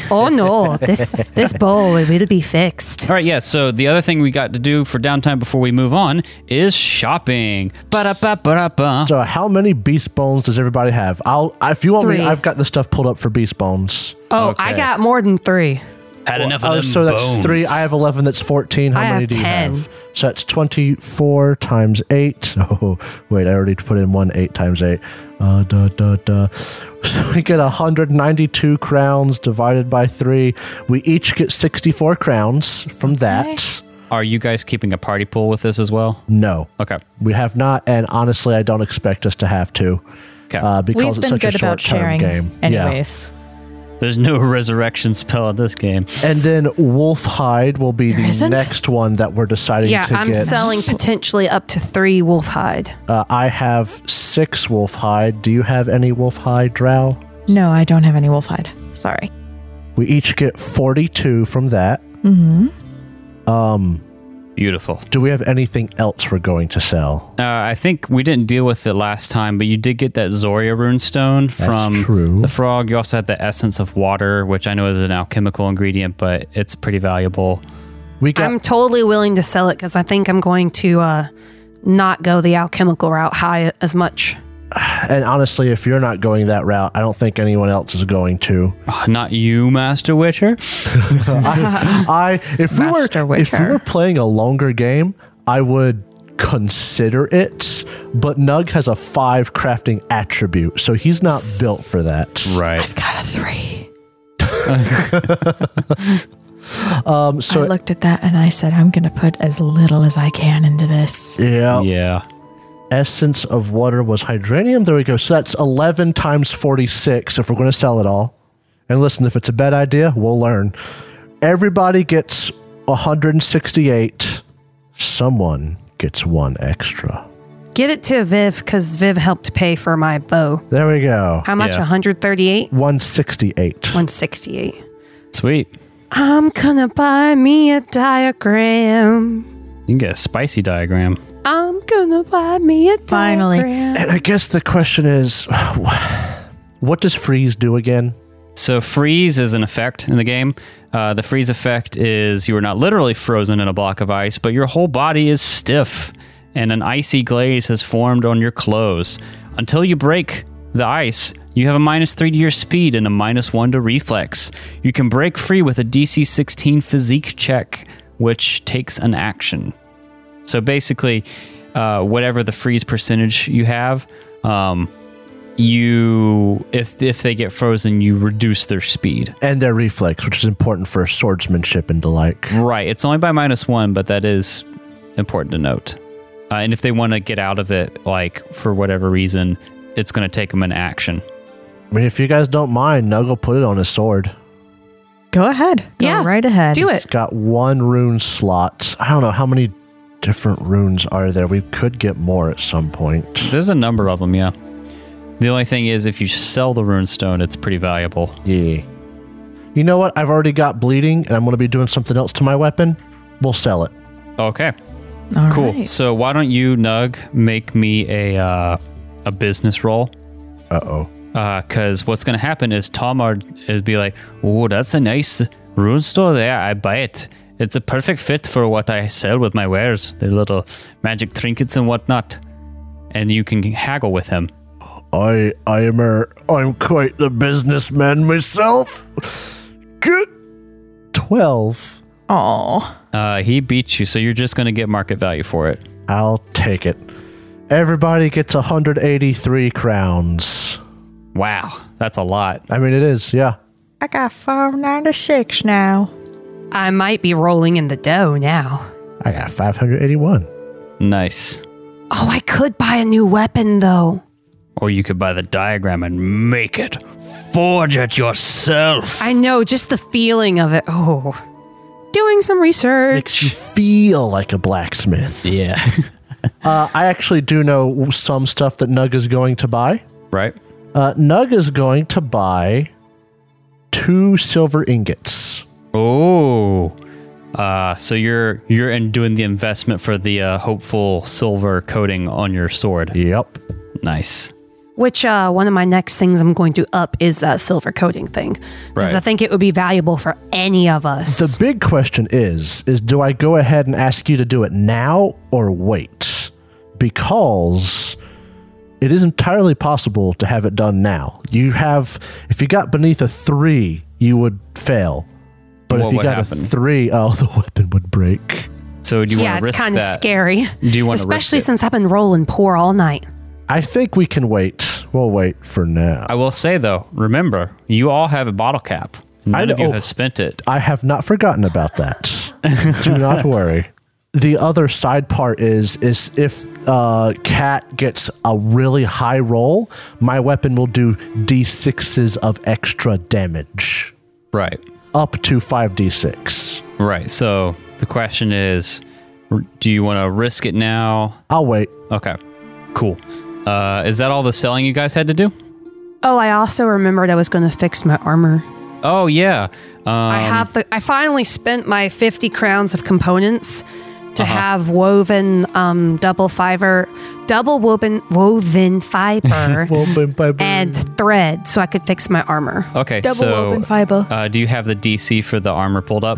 F: Oh no! This this bowl it'll be fixed.
B: All right, yeah. So the other thing we got to do for downtime before we move on is shopping. Ba-da-ba-ba-da-ba.
C: So how many beast bones does everybody have? I'll if you want
F: Three.
C: me, I've got the stuff pulled up for beast bones.
F: Oh,
B: Okay.
F: I got more than three.
B: Had enough of
C: oh,
B: them
C: so that's
B: bones.
C: three. I have 11. That's 14. How
D: I
C: many
D: have
C: do you
D: 10.
C: have? So that's 24 times 8. [laughs] Oh, wait, I already put in one 8 times 8. Uh, da, da, da. So we get 192 crowns divided by 3. We each get 64 crowns from that.
B: Are you guys keeping a party pool with this as well?
C: No.
B: Okay.
C: We have not, and honestly, I don't expect us to have to.
B: Okay.
C: Uh, because
D: We've
C: it's
D: been
C: such a
D: good about
C: short-term
D: sharing,
C: game. Yeah.
D: anyways.
B: There's no [laughs] resurrection spell in this game.
C: And then Wolfhide will be the
D: isn't?
C: next one that we're deciding
F: Yeah,
C: to
F: I'm
C: get.
F: selling potentially up to three wolf hide.
C: Uh, I have six wolf hide. Do you have any wolf hide, Drow?
D: No, I don't have any wolf hide. Sorry.
C: We each get 42 from that.
B: Beautiful.
C: Do we have anything else we're going to sell?
B: Uh, I think we didn't deal with it last time, but you did get that Zoria runestone from
C: true.
B: the frog. You also had the essence of water, which I know is an alchemical ingredient, but it's pretty valuable. [sighs]
C: We got
F: I'm totally willing to sell it because I think I'm going to uh, not go the alchemical route high as much.
C: and honestly, if you're not going that route, I don't think anyone else is going to.
B: Ah, not you, Master Witcher.
C: I if we
D: Master
C: were if we
D: Witcher.
C: were playing a longer game, I would consider it, but Nug has a 5 crafting attribute, so he's not built for that.
B: Right.
D: Got a three.
C: [laughs] Um so
D: I looked at that and I said, I'm going to put as little as I can into this.
C: yeah.
B: Yeah.
C: essence of water was hydranium. There we go. So that's 11 times 46 if we're going to sell it all. And listen, if it's a bad idea, we'll learn. Everybody gets 168. Someone gets one extra.
F: Give it to Viv because Viv helped pay for my bow.
C: There we go.
F: How much?
B: Yeah.
F: 138?
C: 168.
F: 168.
B: Sweet.
F: I'm gonna buy me a diagram.
B: You can get a spicy diagram.
F: I'm gonna buy me a
D: Finally.
F: diagram.
C: And I guess the question is [sighs] what does freeze do again?
B: So freeze is an effect in the game. Uh, the freeze effect is you are not literally frozen in a block of ice, but your whole body is stiff, and an icy glaze has formed on your clothes. Until you break the ice, you have a minus three to your speed and a minus one to reflex. You can break free with a DC 16 physique check, which takes an action. So basically, uh, whatever the freeze percentage you have, um, you if if they get frozen, you reduce their speed.
C: And their reflex, which is important for swordsmanship and the like.
B: Right. It's only by minus one, but that is important to note. Uh, and if they want to get out of it, like for whatever reason, it's going to take them an action.
C: I mean, if you guys don't mind, Nug will put it on his sword.
D: Go ahead. Go
F: Yeah,
D: right ahead.
F: Do it.
C: It's got one rune slot. I don't know how many different runes are there. We could get more at some point.
B: There's a number of them, yeah. The only thing is, if you sell the rune stone, it's pretty valuable.
C: Yeah. You know what? I've already got bleeding and I'm going to be doing something else to my weapon. We'll sell it.
B: Okay,
D: All
B: cool.
D: right.
B: So why don't you, Nug, make me a uh, a business roll?
C: Uh oh.
B: because what's going to happen is Tomar is be like, "Oh, that's a nice rune store there. I buy it. It's a perfect fit for what I sell with my wares, the little magic trinkets and whatnot." And you can haggle with him.
C: I I am a I'm quite the businessman myself. Good. 12.
D: Oh,
B: Uh, he beats you, so you're just going to get market value for it.
C: I'll take it. Everybody gets 183 crowns.
B: Wow, that's a lot.
C: I mean it is. Yeah.
D: I got 496 now.
F: I might be rolling in the dough now.
C: I got 581.
B: Nice.
F: Oh, I could buy a new weapon though.
B: Or you could buy the diagram and make it, forge it yourself.
F: I know, just the feeling of it. Oh, doing some
C: Makes you
F: research.
C: feel like a blacksmith.
B: Yeah.
C: Uh, I actually do know some stuff that Nug is going to buy.
B: right.
C: Uh, Nug is going to buy two silver ingots.
B: Oh, uh, so you're you're in doing the investment for the uh, hopeful silver coating on your sword.
C: Yep.
B: Nice.
F: Which uh, one of my next things I'm going to up is that silver coating thing, because
B: Right.
F: I think it would be valuable for any of us.
C: The big question is: is do I go ahead and ask you to do it now or wait? Because it is entirely possible to have it done now. You have, if you got beneath a three, you would fail. But
B: What
C: if you
B: would
C: got
B: happen?
C: a three, [laughs] oh, the weapon would break.
B: So do you
F: yeah,
B: want to
F: it's
B: risk
F: kind of
B: that?
F: scary.
B: Do you want to risk
F: Especially
B: it?
F: since I've been rolling poor all night.
C: I think we can wait. We'll wait for now.
B: I will say though, remember you all have a bottle cap. None
C: I
B: of you
C: know.
B: have spent it.
C: I have not forgotten about that. Do not worry. The other side part is is if uh, cat gets a really high roll, my weapon will do d6s of extra damage,
B: Right.
C: up to five d6.
B: Right. So the question is, r- do you want to risk it now?
C: I'll wait.
B: Okay. Cool. Uh, is that all the selling you guys had to do?
F: Oh, I also remembered I was going to fix my armor.
B: Oh yeah. Um,
F: I have the. I finally spent my fifty crowns of components to
B: Uh-huh.
F: have woven um, double fiber, double woven
B: [laughs]
F: woven fiber
C: Well, boom, boom, boom.
F: and thread, so I could fix my armor.
B: okay.
G: Double
B: so
G: open fiber.
B: uh, do you have the DC for the armor pulled up?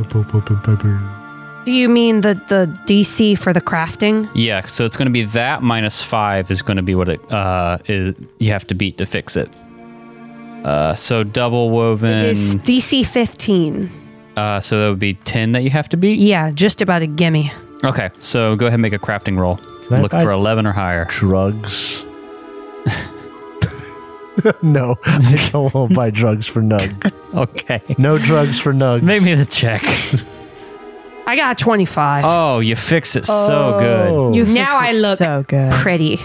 F: Do you mean the the DC for the crafting?
B: Yeah. So it's going to be that minus five is going to be what it uh, is. You have to beat to fix it. Uh, so double woven.
F: Is DC fifteen?
B: Uh, so that would be ten that you have to beat.
F: Yeah, just about a gimme.
B: Okay. So go ahead and make a crafting roll.
C: I
B: Look
C: buy-
B: for eleven or [laughs] higher.
C: [laughs] drugs. no, I don't want to buy drugs for Nug.
B: Okay.
C: No drugs for Nugs.
B: Make me the check.
F: I got twenty five.
B: Oh, you fix it so good.
G: You
F: Now
G: fix
F: I
G: it
F: look
G: so good.
F: pretty.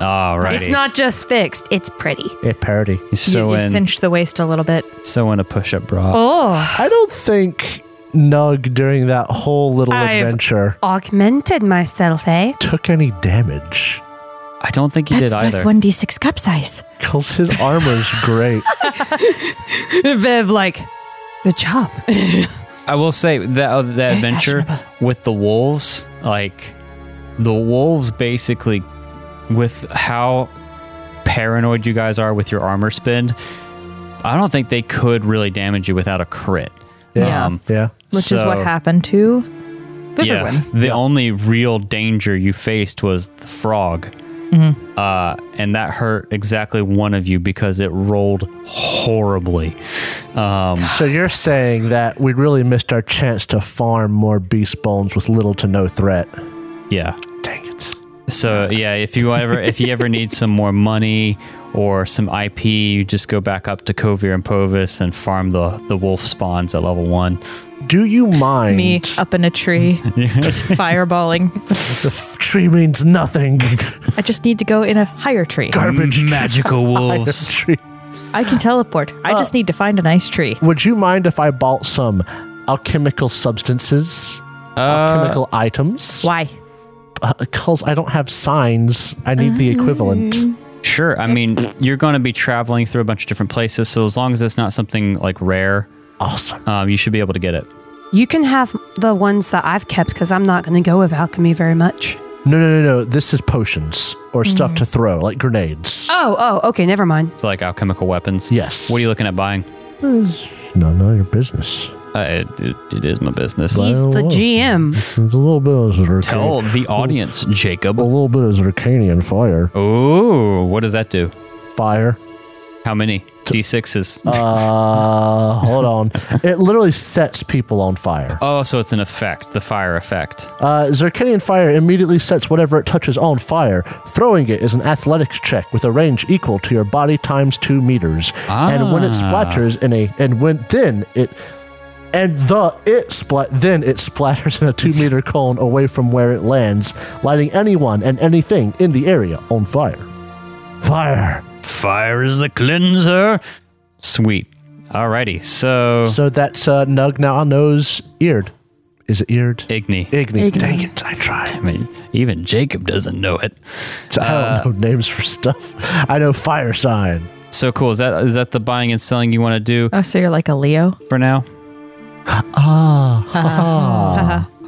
B: All right.
F: It's not just fixed; it's pretty.
C: Hey, parody.
B: so
D: you, you
B: in
D: cinch the waist a little bit.
B: so in a push up bra.
F: Oh,
C: I don't think Nug during that whole little
F: I've-
C: adventure
F: augmented myself, eh?
C: took any damage
B: I don't think you did either.
G: one d six cup size.
C: because his
D: [laughs]
C: armor's great.
F: [laughs] Viv, like, good job.
B: I will say that uh, that adventure with the wolves, like the wolves basically with how paranoid you guys are with your armor spend, I don't think they could really damage you without a crit.
D: Yeah.
C: Yeah.
D: Which is what
B: Um, So-
D: happened to Riverwind.
B: Yeah, the only real danger you faced was the frog.
D: Mm-hmm.
B: Uh, and that hurt exactly one of you because it rolled horribly. Um,
C: So you're saying that we really missed our chance to farm more beast bones with little to no threat.
B: yeah.
C: Dang it.
B: So yeah, if you ever if you ever need some more money or some IP, you just go back up to Kovir and Povis and farm the the wolf spawns at level one.
C: Do you mind?
D: Me Oh. up in a
B: [laughs]
D: tree, just fireballing.
C: The f- tree means nothing.
D: I just need to go in a higher tree.
C: Garbage tree.
B: [laughs] Magical wolves.
C: [laughs] Tree.
D: I can teleport. I just need to find a nice tree.
C: Would you mind if I bought some alchemical substances? alchemical items?
D: Uh, Why?
C: Because I don't have signs. I need the
D: Oh.
C: equivalent.
B: Sure. I mean, you're going to be traveling through a bunch of different places, so as long as it's not something like rare,
C: Awesome.
B: um, you should be able to get it.
F: You can have the ones that I've kept because I'm not going to go with alchemy very much.
C: No, no, no, no. This is potions or stuff to throw, like grenades.
F: Oh, oh, okay, never mind.
B: It's like alchemical weapons.
C: Yes.
B: What are you looking at buying?
C: None of your business.
B: Uh, it, it, it is my business.
F: He's the GM.
C: It's a little bit of Zircanian.
B: Tell the audience,
C: A
B: Jacob.
C: little bit of Zircanian fire.
B: Oh, what does that do?
C: Fire.
B: How many d6s?
C: Uh,
B: [laughs]
C: hold on. It literally sets people on fire.
B: oh, so it's an effect, the fire effect.
C: Uh, Zircanian fire immediately sets whatever it touches on fire. Throwing it is an athletics check with a range equal to your body times two meters. And when it splatters in a, and when then it, and the it splat, then it splatters in a two meter cone away from where it lands, lighting anyone and anything in the area on fire. Fire.
B: Fire is the cleanser. Sweet. Alrighty, so
C: So that's uh, Nug now knows Eared. Is it Eared?
B: Igni.
C: Igni. Dang it, I tried.
B: I mean, even Jacob doesn't know it.
C: I don't know names for stuff. I know Fire Sign.
B: So cool. Is that is that the buying and selling you want to do
D: Oh, so you're like a Leo?
B: for now?
F: [laughs]
B: Ah, [laughs]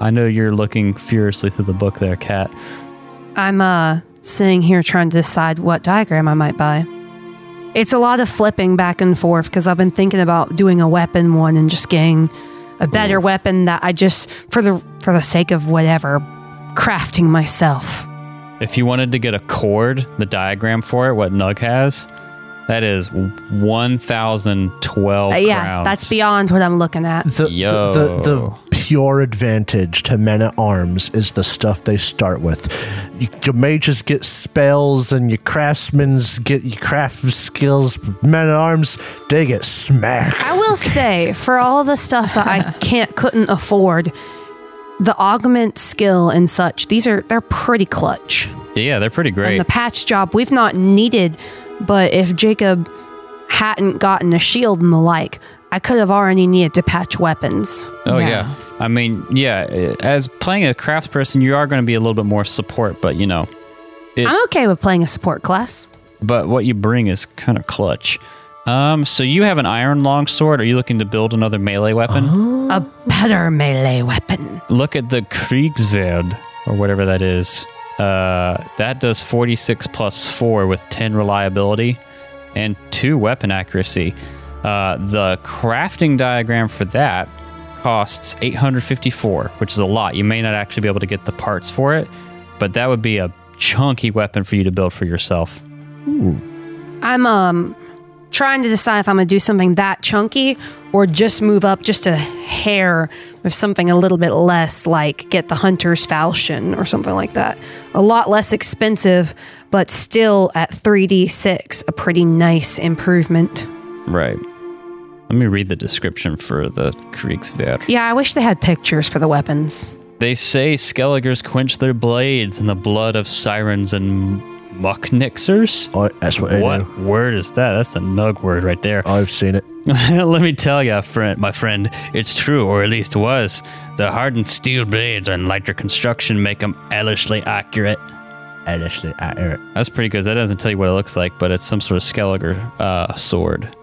B: I know you're looking furiously through the book there, Kat.
F: I'm uh sitting here trying to decide what diagram I might buy. It's a lot of flipping back and forth because I've been thinking about doing a weapon one and just getting a better weapon that I just for the for the sake of whatever crafting myself.
B: If you wanted to get a cord, the diagram for it, what Nug has, That is 1,012
F: Uh, yeah,
B: crowns.
F: that's beyond what I'm looking at.
C: The,
B: Yo.
C: The, the, the pure advantage to men at arms is the stuff they start with. You, your mages get spells, and your craftsmen's get your craft skills. Men at arms, they get smacked.
F: I will say, for all the stuff that I can't couldn't afford, the augment skill and such, these are they're pretty clutch.
B: Yeah, they're pretty great.
F: And the patch job we've not needed, but if Jacob hadn't gotten a shield and the like, I could have already needed to patch weapons.
B: Oh
D: Yeah.
B: yeah. I mean, yeah. As playing a craftsperson, you are going to be a little bit more support, but you know,
F: I'm okay with playing a support class.
B: but what you bring is kind of clutch. Um, so you have an iron longsword. Are you looking to build another melee weapon?
F: A better melee weapon.
B: Look at the Kriegswerd or whatever that is. Uh, that does 46 plus four with 10 reliability and two weapon accuracy. Uh, the crafting diagram for that costs 854, which is a lot. You may not actually be able to get the parts for it, but that would be a chunky weapon for you to build for yourself.
F: I'm um trying to decide if I'm gonna do something that chunky or just move up just a hair with something a little bit less like get the hunter's falchion or something like that. A lot less expensive, but still at 3d6, a pretty nice improvement.
B: Right. Let me read the description for the Kriegswehr.
F: Yeah, I wish they had pictures for the weapons.
B: They say Skelligers quench their blades in the blood of sirens and mucknixers.
C: Oh, that's what they do.
B: What word is that? That's a nug word right there. [laughs]
C: I've seen it.
B: Let me tell you, friend, my friend, it's true, or at least was. The hardened steel blades and lighter construction make them ellishly accurate.
C: Actually, I hear it.
B: That's pretty good. That doesn't tell you what it looks like, but it's some sort of Skelliger uh, sword.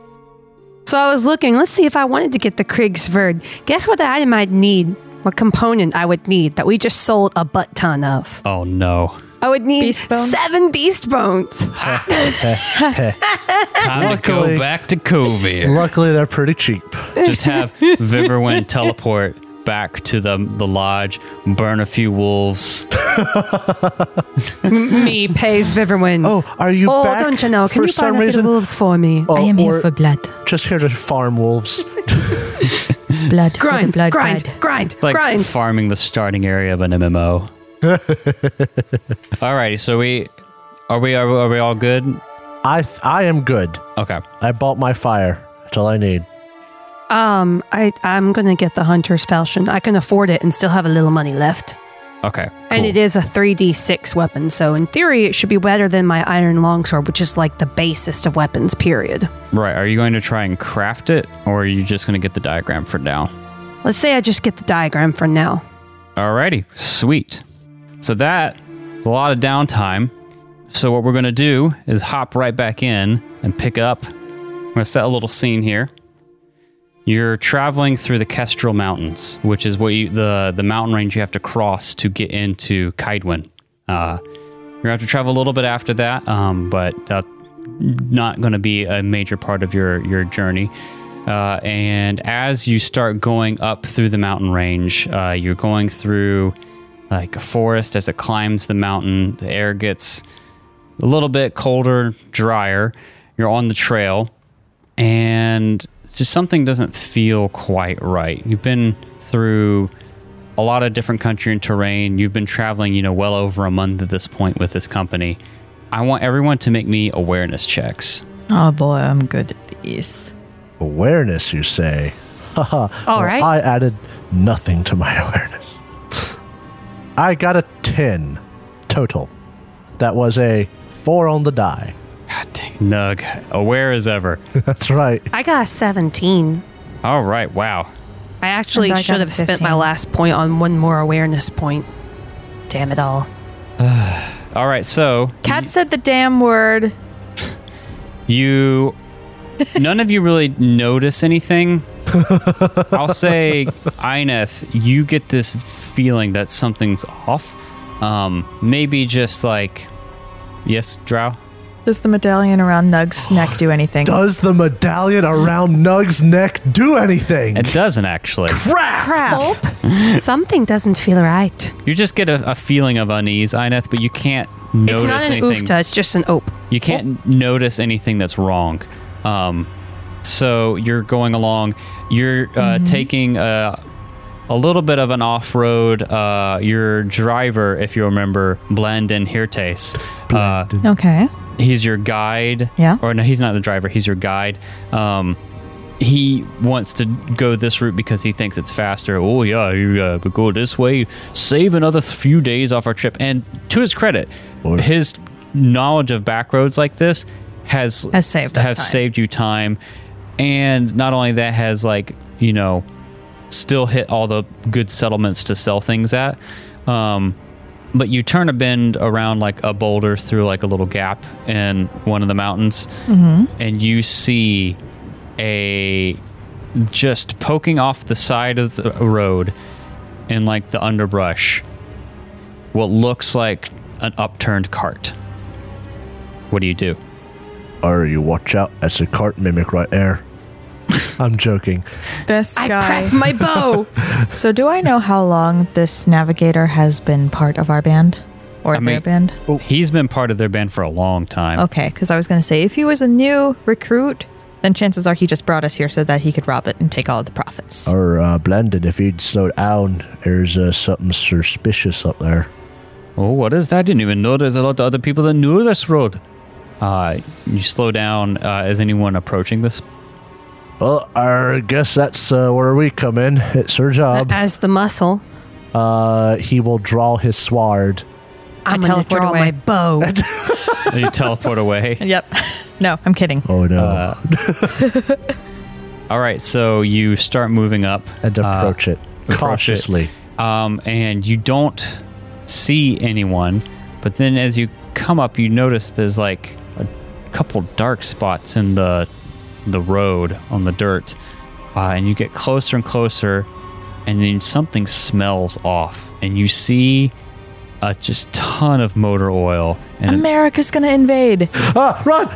F: So I was looking, let's see if I wanted to get the Kriegsverd. Guess what item I'd need? What component I would need that we just sold a butt ton of.
B: Oh no!
F: I would need
D: Beast bone?
F: seven beast bones.
B: Time to
C: Luckily-
B: go back to Kovir.
C: Luckily, they're pretty cheap.
B: just
F: [laughs]
B: have Viverwin teleport back to the the lodge, burn a few wolves.
F: me pays Viverwin.
C: Oh, are you
F: Oh,
C: back?
F: don't you know? Can
C: for
F: you
C: some
F: find a few
C: reason?
F: wolves for me?
C: Oh,
D: I am
C: or
D: here for blood.
C: just here to farm wolves.
D: Blood. for the
F: grind,
D: blood
F: grind,
D: god.
F: grind,
B: It's like
F: grind.
B: farming the starting area of an
F: [laughs]
B: MMO. Alrighty, so we are we are, we- are we all good?
C: I th- I am good.
B: Okay.
C: I bought my fire. That's all I need.
F: Um, I I'm gonna get the hunter's falchion. I can afford it and still have a little money left.
B: Okay.
F: And
B: cool.
F: it is a 3d6 weapon, so in theory it should be better than my iron longsword, which is like the basest of weapons. Period.
B: Right. Are you going to try and craft it or are you just gonna get the diagram for now?
F: Let's say I just get the diagram for now.
B: Alrighty, sweet. So that is a lot of downtime. So what we're gonna do is hop right back in and pick up. I'm gonna set a little scene here. You're traveling through the Kestrel Mountains, which is what you, the the mountain range you have to cross to get into Kaidwin. Uh, you're gonna have to travel a little bit after that, um, but that's not gonna be a major part of your your journey. Uh, and as you start going up through the mountain range, uh, you're going through like a forest as it climbs the mountain. The air gets a little bit colder, drier. You're on the trail, and it's just something doesn't feel quite right. You've been through a lot of different country and terrain. You've been traveling, you know, well over a month at this point with this company. I want everyone to make me awareness checks.
G: Oh boy, I'm good at these.
C: Awareness, you say? [laughs] Haha.
F: All
C: Well,
F: right.
C: I added nothing to my [laughs] awareness. I got a ten total. That was a four on the die.
B: God dang, Nug, aware as ever.
C: [laughs] That's right.
F: I got a 17.
B: All right, wow.
F: I actually
D: And I got
F: should
D: a
F: have spent
D: 15.
F: my last point on one more awareness point. Damn it all.
B: All right, so
G: Cat said the damn word.
B: you none of you really notice anything. I'll say, Ineth, you get this feeling that something's off. Um, maybe just like, yes, Drow.
G: Does the medallion around Nug's neck do anything?
C: Does the medallion around [laughs] Nug's neck do anything?
B: It doesn't [laughs] actually.
F: Nope. [laughs] Something doesn't feel right.
B: You just get a, a feeling of unease, Ineth, but you can't notice
F: it's not an
B: anything.
F: oofta, it's just an ope.
B: You can't notice anything that's wrong. Um, so you're going along. You're uh,
F: Mm-hmm.
B: taking a, a little bit of an off road. Uh, your driver, if you remember, Blandin Hirtes, uh,
D: Okay.
B: he's your guide.
D: Yeah.
B: Or no, he's not the driver. He's your guide. Um, he wants to go this route because he thinks it's faster. Oh yeah, you uh, but go this way, save another th- few days off our trip. And to his credit, his knowledge of back roads like this has
D: Has saved us
B: has
D: time.
B: saved you time, and not only that has like you know still hit all the good settlements to sell things at. Um, but you turn a bend around like a boulder through like a little gap in one of the mountains,
D: Mm-hmm.
B: and you see a just poking off the side of the road in like the underbrush what looks like an upturned cart. What do you do?
C: Ari, you watch out. That's a cart mimic right there. [laughs] I'm joking.
G: This
F: I
G: guy.
F: prepped my [laughs] bow.
D: So, do I know how long this navigator has been part of our band or
B: I
D: their
B: mean-
D: band?
B: He's been part of their band for a long time.
D: Okay, because I was going to say if he was a new recruit, then chances are he just brought us here so that he could rob it and take all of the profits.
C: Or uh, blended. If he'd slow down, there's uh, something suspicious up there.
B: Oh, what is that? I didn't even know there's a lot of other people that knew this road. Uh, you slow down. Uh, is anyone approaching this?
C: Well, I guess that's uh, where we come in. It's her job.
F: As the muscle,
C: Uh, he will draw his sword.
F: I'm
D: I
F: going
D: teleport
F: to draw
D: away.
F: my bow.
B: [laughs]
C: [laughs]
B: you teleport away.
D: Yep. [laughs] no, I'm kidding.
C: Oh no!
B: Uh,
C: [laughs]
B: All right, so you start moving up
C: and
B: uh,
C: approach it
B: approach it.
C: cautiously.
B: um, and you don't see anyone. But then as you come up, you notice there's like a couple dark spots in the the road on the dirt, uh, and you get closer and closer, and then something smells off, and you see a just ton of motor oil, and
G: America's gonna invade.
C: Ah, run!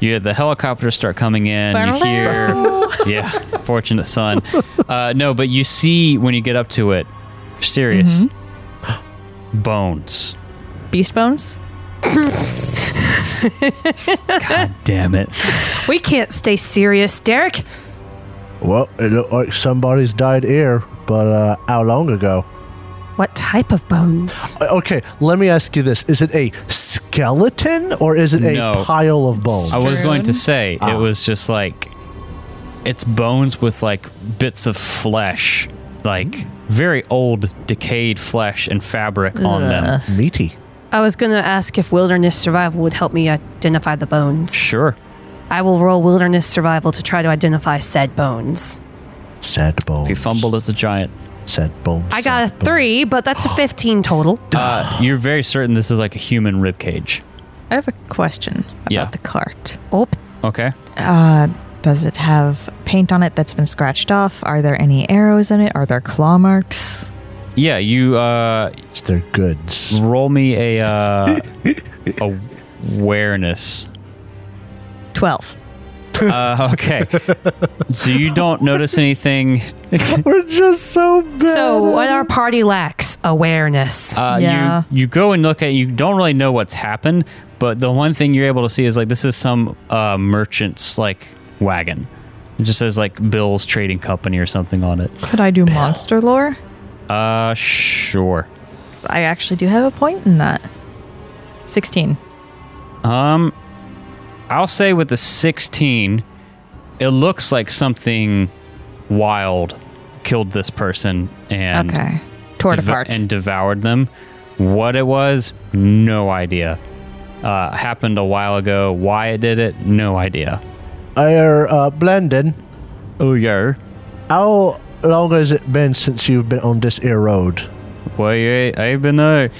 B: you the helicopters start coming in. You hear, yeah, fortunate son. Uh, no, but you see when you get up to it, serious [gasps] bones.
D: Beast bones?
B: God damn it!
F: We can't stay serious, Derek.
C: well, it looked like somebody's died here, but uh, how long ago?
F: What type of bones?
C: Uh, Okay, let me ask you this: Is it a skeleton or is it a
B: No.
C: pile of bones?
B: I was going to
G: Turn.
B: say it was just like it's bones with like bits of flesh, like very old, decayed flesh and fabric on them.
C: Meaty.
F: I was going to ask if wilderness survival would help me identify the bones.
B: Sure.
F: I will roll wilderness survival to try to identify said bones.
C: Sad bones.
B: If you fumble as a giant,
C: Sad bones.
F: I got a
C: sad bones.
F: three, but that's a 15 total.
B: uh, [sighs] you're very certain this is like a human rib cage.
G: I have a question about
B: Yeah.
G: the cart.
F: Oh,
B: Okay.
D: Uh, does it have paint on it that's been scratched off? Are there any arrows in it? Are there claw marks?
B: Yeah, you uh,
C: It's their goods.
B: roll me a uh, awareness.
D: 12.
B: Uh, okay. so you don't notice anything.
C: We're just so bad.
F: So, what our party lacks awareness.
B: Uh,
D: Yeah.
B: You you go and look at. You don't really know what's happened, but the one thing you're able to see is like this is some uh, merchant's like wagon. It just says like Bill's Trading Company or something on it.
G: Could I do monster lore?
B: Uh, sure.
G: 'Cause I actually do have a point in that.
D: 16.
B: Um, I'll say with the 16, it looks like something wild killed this person and
G: Okay.
D: Tore it
B: deva-
D: apart.
B: and devoured them. What it was, no idea. Uh, happened a while ago. Why it did it, no idea.
C: Air uh, Blandon,
B: Oh yeah.
C: how long has it been since you've been on this air road?
B: Well, yeah, I've been there.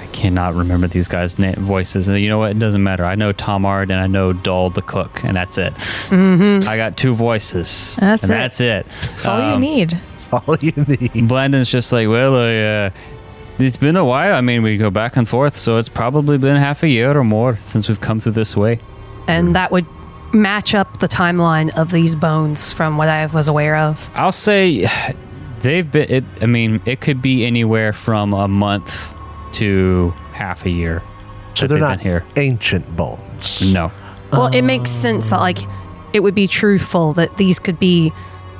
B: I cannot remember these guys' na- voices. And You know what? It doesn't matter. I know Tom Ard and I know Doll the cook, and that's it. I got two voices.
G: Mm-hmm. That's
B: and
G: it.
B: That's it. Uh,
G: That's all you
B: um,
G: need.
C: That's [laughs] all you need.
B: Blandon's just like, well, I, uh, it's been a while. I mean, we go back and forth, so it's probably been half a year or more since we've come through this way.
F: and that would match up the timeline of these bones from what I was aware of.
B: I'll say they've been. It, I mean, it could be anywhere from a month to half a year. that
C: So they're
B: they've
C: not
B: been here.
C: ancient bones.
B: No.
F: Well, it makes sense that like it would be truthful that these could be.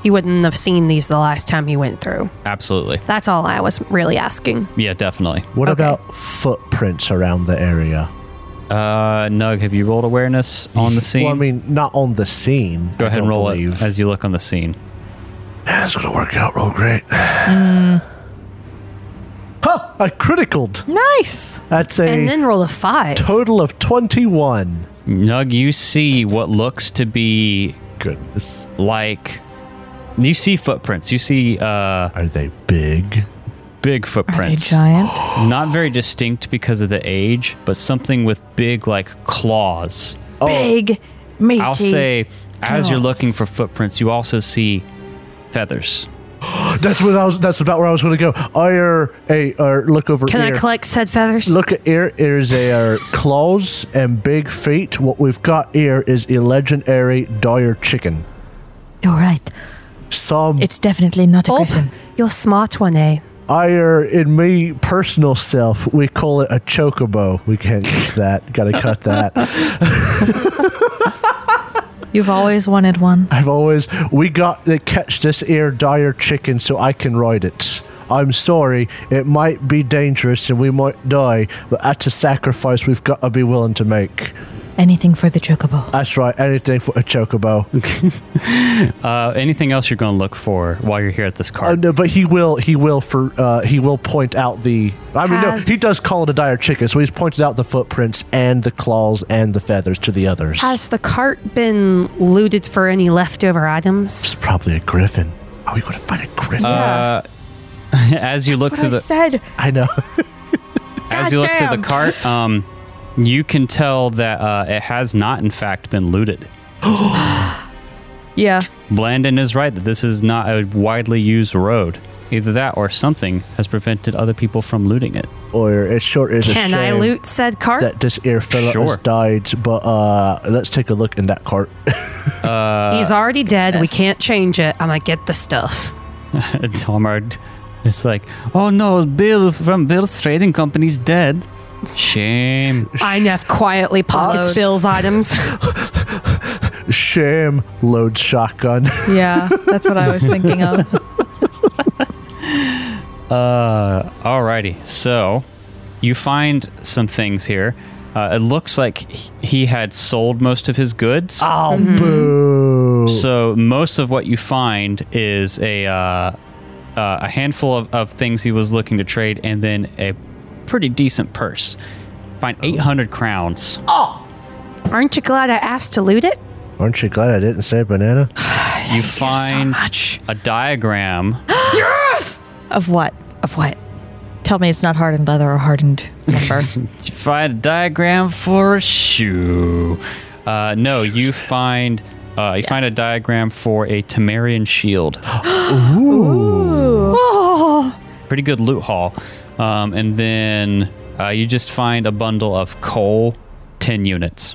F: He wouldn't have seen these the last time he went through.
B: Absolutely.
F: That's all I was really asking.
B: Yeah, definitely.
C: What
F: Okay.
C: about footprints around the area?
B: Uh, Nug, have you rolled awareness on the scene?
C: Well, I mean, not on the scene.
B: Go
C: I
B: ahead and
C: don't
B: roll
C: believe.
B: it as you look on the scene.
C: That's gonna work out real great.
B: Mm.
C: Huh! I criticaled.
G: Nice.
C: That's a
F: And then roll a five.
C: total of twenty-one.
B: Nug, you see what looks to be
C: Goodness,
B: like you see footprints. You see uh,
C: are they big?
B: big footprints,
G: giant.
B: not very distinct because of the age, but something with big like claws.
C: Oh.
G: Big, meaty.
B: I'll say, as you're looking for footprints, you also see
C: [laughs]
B: feathers.
C: That's what I was. That's about where I was gonna go. Are a or look over
F: Can
C: here.
F: I collect said feathers?
C: Look at ear. Ears they are claws and big feet. What we've got here is a legendary dire chicken.
G: You're right.
C: Some
G: It's definitely not a
F: Oh,
G: griffin.
F: you're smart one, eh?
C: ire in me personal self, we call it a chocobo. We can't use that. Gotta cut
F: [laughs]
C: that.
G: You've always wanted one.
C: I've always we got to catch this ear dire chicken so I can ride it. I'm sorry, it might be dangerous and we might die, but that's a sacrifice we've got to be willing to make.
G: Anything for the chocobo.
C: That's right, anything for a chocobo.
B: Uh, anything else you're going to look for while you're here at this
C: Oh
B: card?
C: no, but he will. He will for. Uh, he will point out the. I mean,
F: Has-
C: no, he does call it a dire chicken. So he's pointed out the footprints and the claws and the feathers to the others.
F: Has the cart been looted for any leftover items?
C: it's probably a griffin. Are we going to find a griffin?
B: Uh, [laughs] as you look through the
G: said.
C: I know. [laughs]
B: as you look through
G: [laughs]
B: the cart, um, you can tell that uh, it has not, in fact, been looted.
G: Yeah.
B: Blandon is right that this is not a widely used road. Either that or something has prevented other people from looting it.
C: or it sure is a
F: Can I
C: shame
F: loot said cart?
C: that this ear fella
B: Sure.
C: has died. But uh, let's take a look in that cart. [laughs] uh,
F: He's already dead. We can't change it. I'm gonna get the stuff.
B: [laughs] Tomard is like, oh no, Bill from Bill's Trading Company's dead. Shame.
F: Inef quietly pockets
C: Odds. [laughs]
F: Bill's items.
C: shame. Load shotgun. [laughs]
G: Yeah. That's what I was thinking
B: [laughs]
G: of.
B: Uh, alrighty. So you find some things here. Uh, it looks like he- he had sold most of his goods.
C: oh,
F: Mm-hmm.
C: boo.
B: So most of what you find is a uh, uh, a handful of, of things he was looking to trade, and then a pretty decent purse. Find 800 crowns.
F: Aren't you glad I asked to loot it?
C: Aren't you glad I didn't say banana?
B: you find a diagram.
G: Of what?
F: Of what?
G: Tell me it's not hardened leather or hardened
B: [laughs]
G: lumber.
B: You find a diagram for a shoe. Uh, no, you find uh, you find a diagram for a Temerian shield. [gasps] Pretty good loot haul. Um, and then uh, you just find a bundle of coal, 10 units.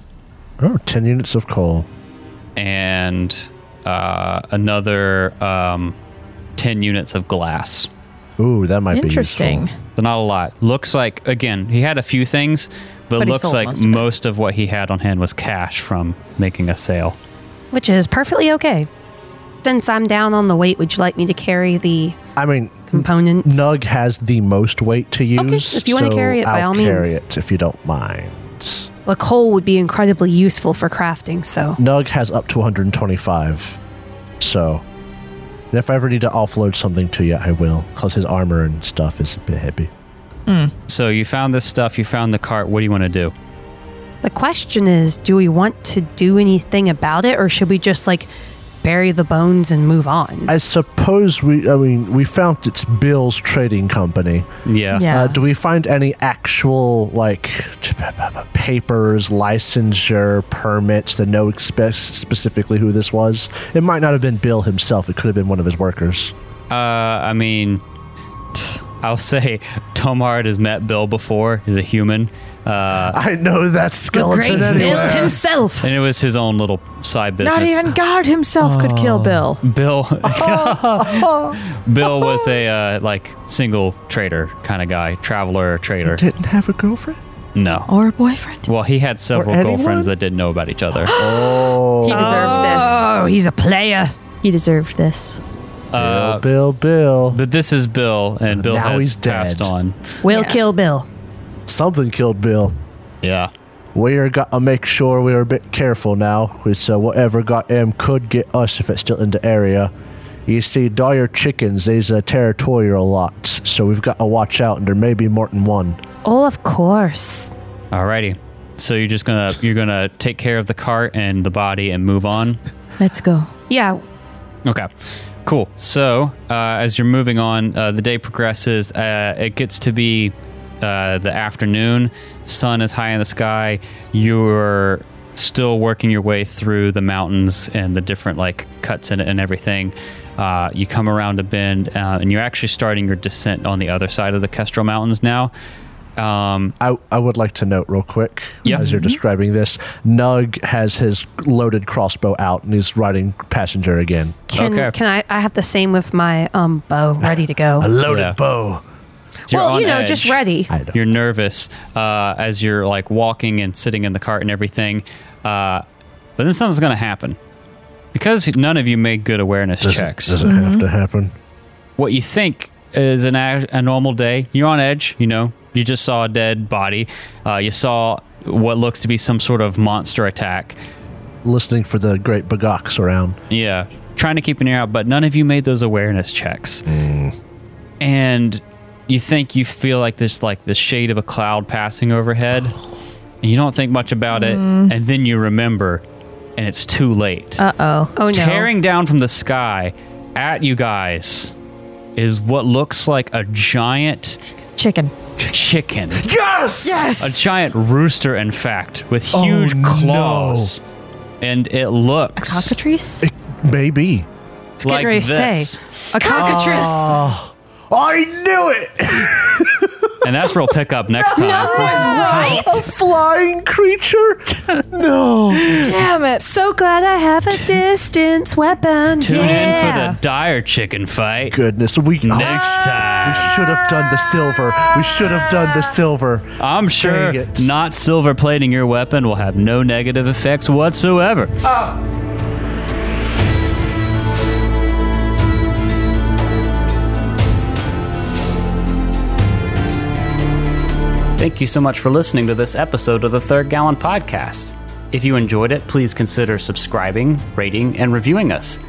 C: Oh, 10 units of coal.
B: and uh, another um, 10 units of glass.
C: Ooh, that might be
G: Interesting.
C: useful.
B: So not a lot. Looks like again he had a few things, but,
G: But he
B: looks
G: sold
B: like
G: most
B: most,
G: of
B: of,
G: it.
B: what he had on hand was cash from making a sale.
F: Which is perfectly okay. Since I'm down on the weight, would you like me to carry the
C: I mean,
F: components?
C: Nug has the most weight to use.
F: if you wanna
C: so
F: carry it, by
C: I'll
F: all
C: carry
F: means.
C: it if you don't mind.
F: The coal would be incredibly useful for crafting, so
C: Nug has up to 125. So, and if I ever need to offload something to you, I will, because his armor and stuff is a bit heavy.
B: So you found this stuff. You found the cart. What do you want to do?
F: The question is, do we want to do anything about it or should we just like bury the bones and move on?
C: I suppose we, I mean, we found it's Bill's trading company.
B: Yeah.
G: Yeah.
C: Uh, do we find any actual like t- p- p- p- papers, licensure, permits that know expe- specifically who this was? It might not have been Bill himself. It could have been one of his workers.
B: Uh, I mean, [laughs] I'll say Tomard has met Bill before. He's a human, uh,
C: I know that skeleton anywhere.
F: himself.
B: and it was his own little side business.
G: Not even God himself could kill Bill.
B: Oh.
G: [laughs]
B: [laughs] Bill
G: Oh.
B: [laughs] Bill was a uh, like single trader kind of guy, traveler trader.
C: Didn't have a girlfriend.
B: No.
F: Or a boyfriend?
B: Well, he had several
C: anyone?
B: girlfriends that didn't know about each
G: [gasps]
B: other.
G: He deserved
F: Oh, he's a player.
G: this. He deserved this.
B: Uh,
C: Oh, Bill, Bill, Bill.
B: but this is Bill, and Bill
C: Now
B: has
C: he's dead.
B: passed on.
F: Will
D: Yeah.
F: kill Bill.
C: Something killed Bill.
B: Yeah.
C: We are gonna make sure we are a bit careful now. It's uh, whatever got M could get us if it's still in the area. You see, dire chickens, these uh, are territorial lots, so we've got to watch out, and there may be more than one.
F: Oh, of course.
B: Alrighty. So you're just gonna you're gonna take care of the cart and the body and move on.
F: Let's go. Yeah.
B: Okay, cool. So uh, as you're moving on, uh, the day progresses. Uh, it gets to be uh, the afternoon. Sun is high in the sky. You're still working your way through the mountains and the different like cuts in it and everything. Uh, you come around a bend, uh, and you're actually starting your descent on the other side of the Kestrel Mountains now. Um,
C: I, I would like to note real quick
B: Yeah. Mm-hmm.
C: as you're describing this, Nug has his loaded crossbow out and he's riding passenger again.
F: Can
B: Okay.
F: can I? I have the same with my um bow ready to go.
C: loaded
B: Yeah.
C: bow.
B: you're
F: well,
B: on
F: you know,
B: edge.
F: just ready.
C: I know.
B: you're nervous uh, as you're like walking and sitting in the cart and everything. Uh, but then something's going to happen because none of you made good awareness checks.
C: Doesn't have to happen.
B: What you think is an a, a normal day, you're on edge. You know, you just saw a dead body. Uh, you saw what looks to be some sort of monster attack.
C: Listening for the great bagox around.
B: Yeah, trying to keep an ear out, but none of you made those awareness checks. And you think you feel like this, like the shade of a cloud passing overhead. and you don't think much about
F: Mm.
B: it, and then you remember, and it's too late.
D: Uh oh.
F: Oh no.
B: Tearing down from the sky at you guys is what looks like a giant
G: Chicken.
F: [laughs]
B: chicken.
C: Yes!
B: A giant rooster, in fact, with
F: Oh,
B: huge
C: no.
B: claws. And it looks
G: Cockatrice?
C: Maybe.
B: like
F: ready to
B: this.
F: say. a cockatrice.
C: I knew it!
B: And that's where we'll pick up next time.
C: A flying creature? no.
F: Damn it! So glad I have a distance weapon.
B: Tune in
F: Yeah.
B: for the dire chicken fight
C: Goodness, we
B: next
C: We
B: time.
C: should have done the silver. We should have done the silver.
B: I'm sure
C: Dang it.
B: not silver plating your weapon will have no negative effects whatsoever.
H: Thank you so much for listening to this episode of the Third Gallon Podcast. If you enjoyed it, please consider subscribing, rating, and reviewing us.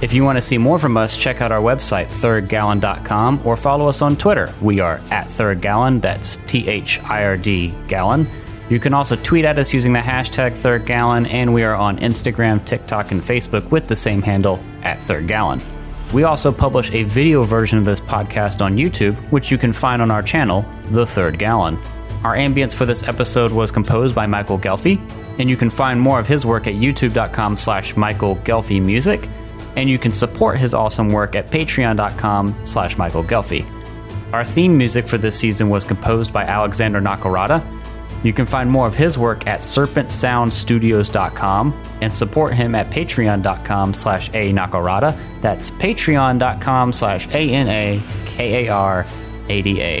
H: If you want to see more from us, check out our website, thirdgallon.com, or follow us on Twitter. We are at Third Gallon, that's T H I R D gallon. You can also tweet at us using the hashtag Third Gallon, and we are on Instagram, TikTok, and Facebook with the same handle, at Third Gallon. We also publish a video version of this podcast on YouTube, which you can find on our channel, The Third Gallon. Our ambience for this episode was composed by Michael Gelfie, and you can find more of his work at youtube.com slash Michael Gelfie Music, and you can support his awesome work at patreon.com slash Michael Gelfie. Our theme music for this season was composed by Alexander Nakarada. You can find more of his work at serpentsoundstudios.com and support him at patreon.com slash a nakarada. That's patreon.com slash A-N-A-K-A-R-A-D-A.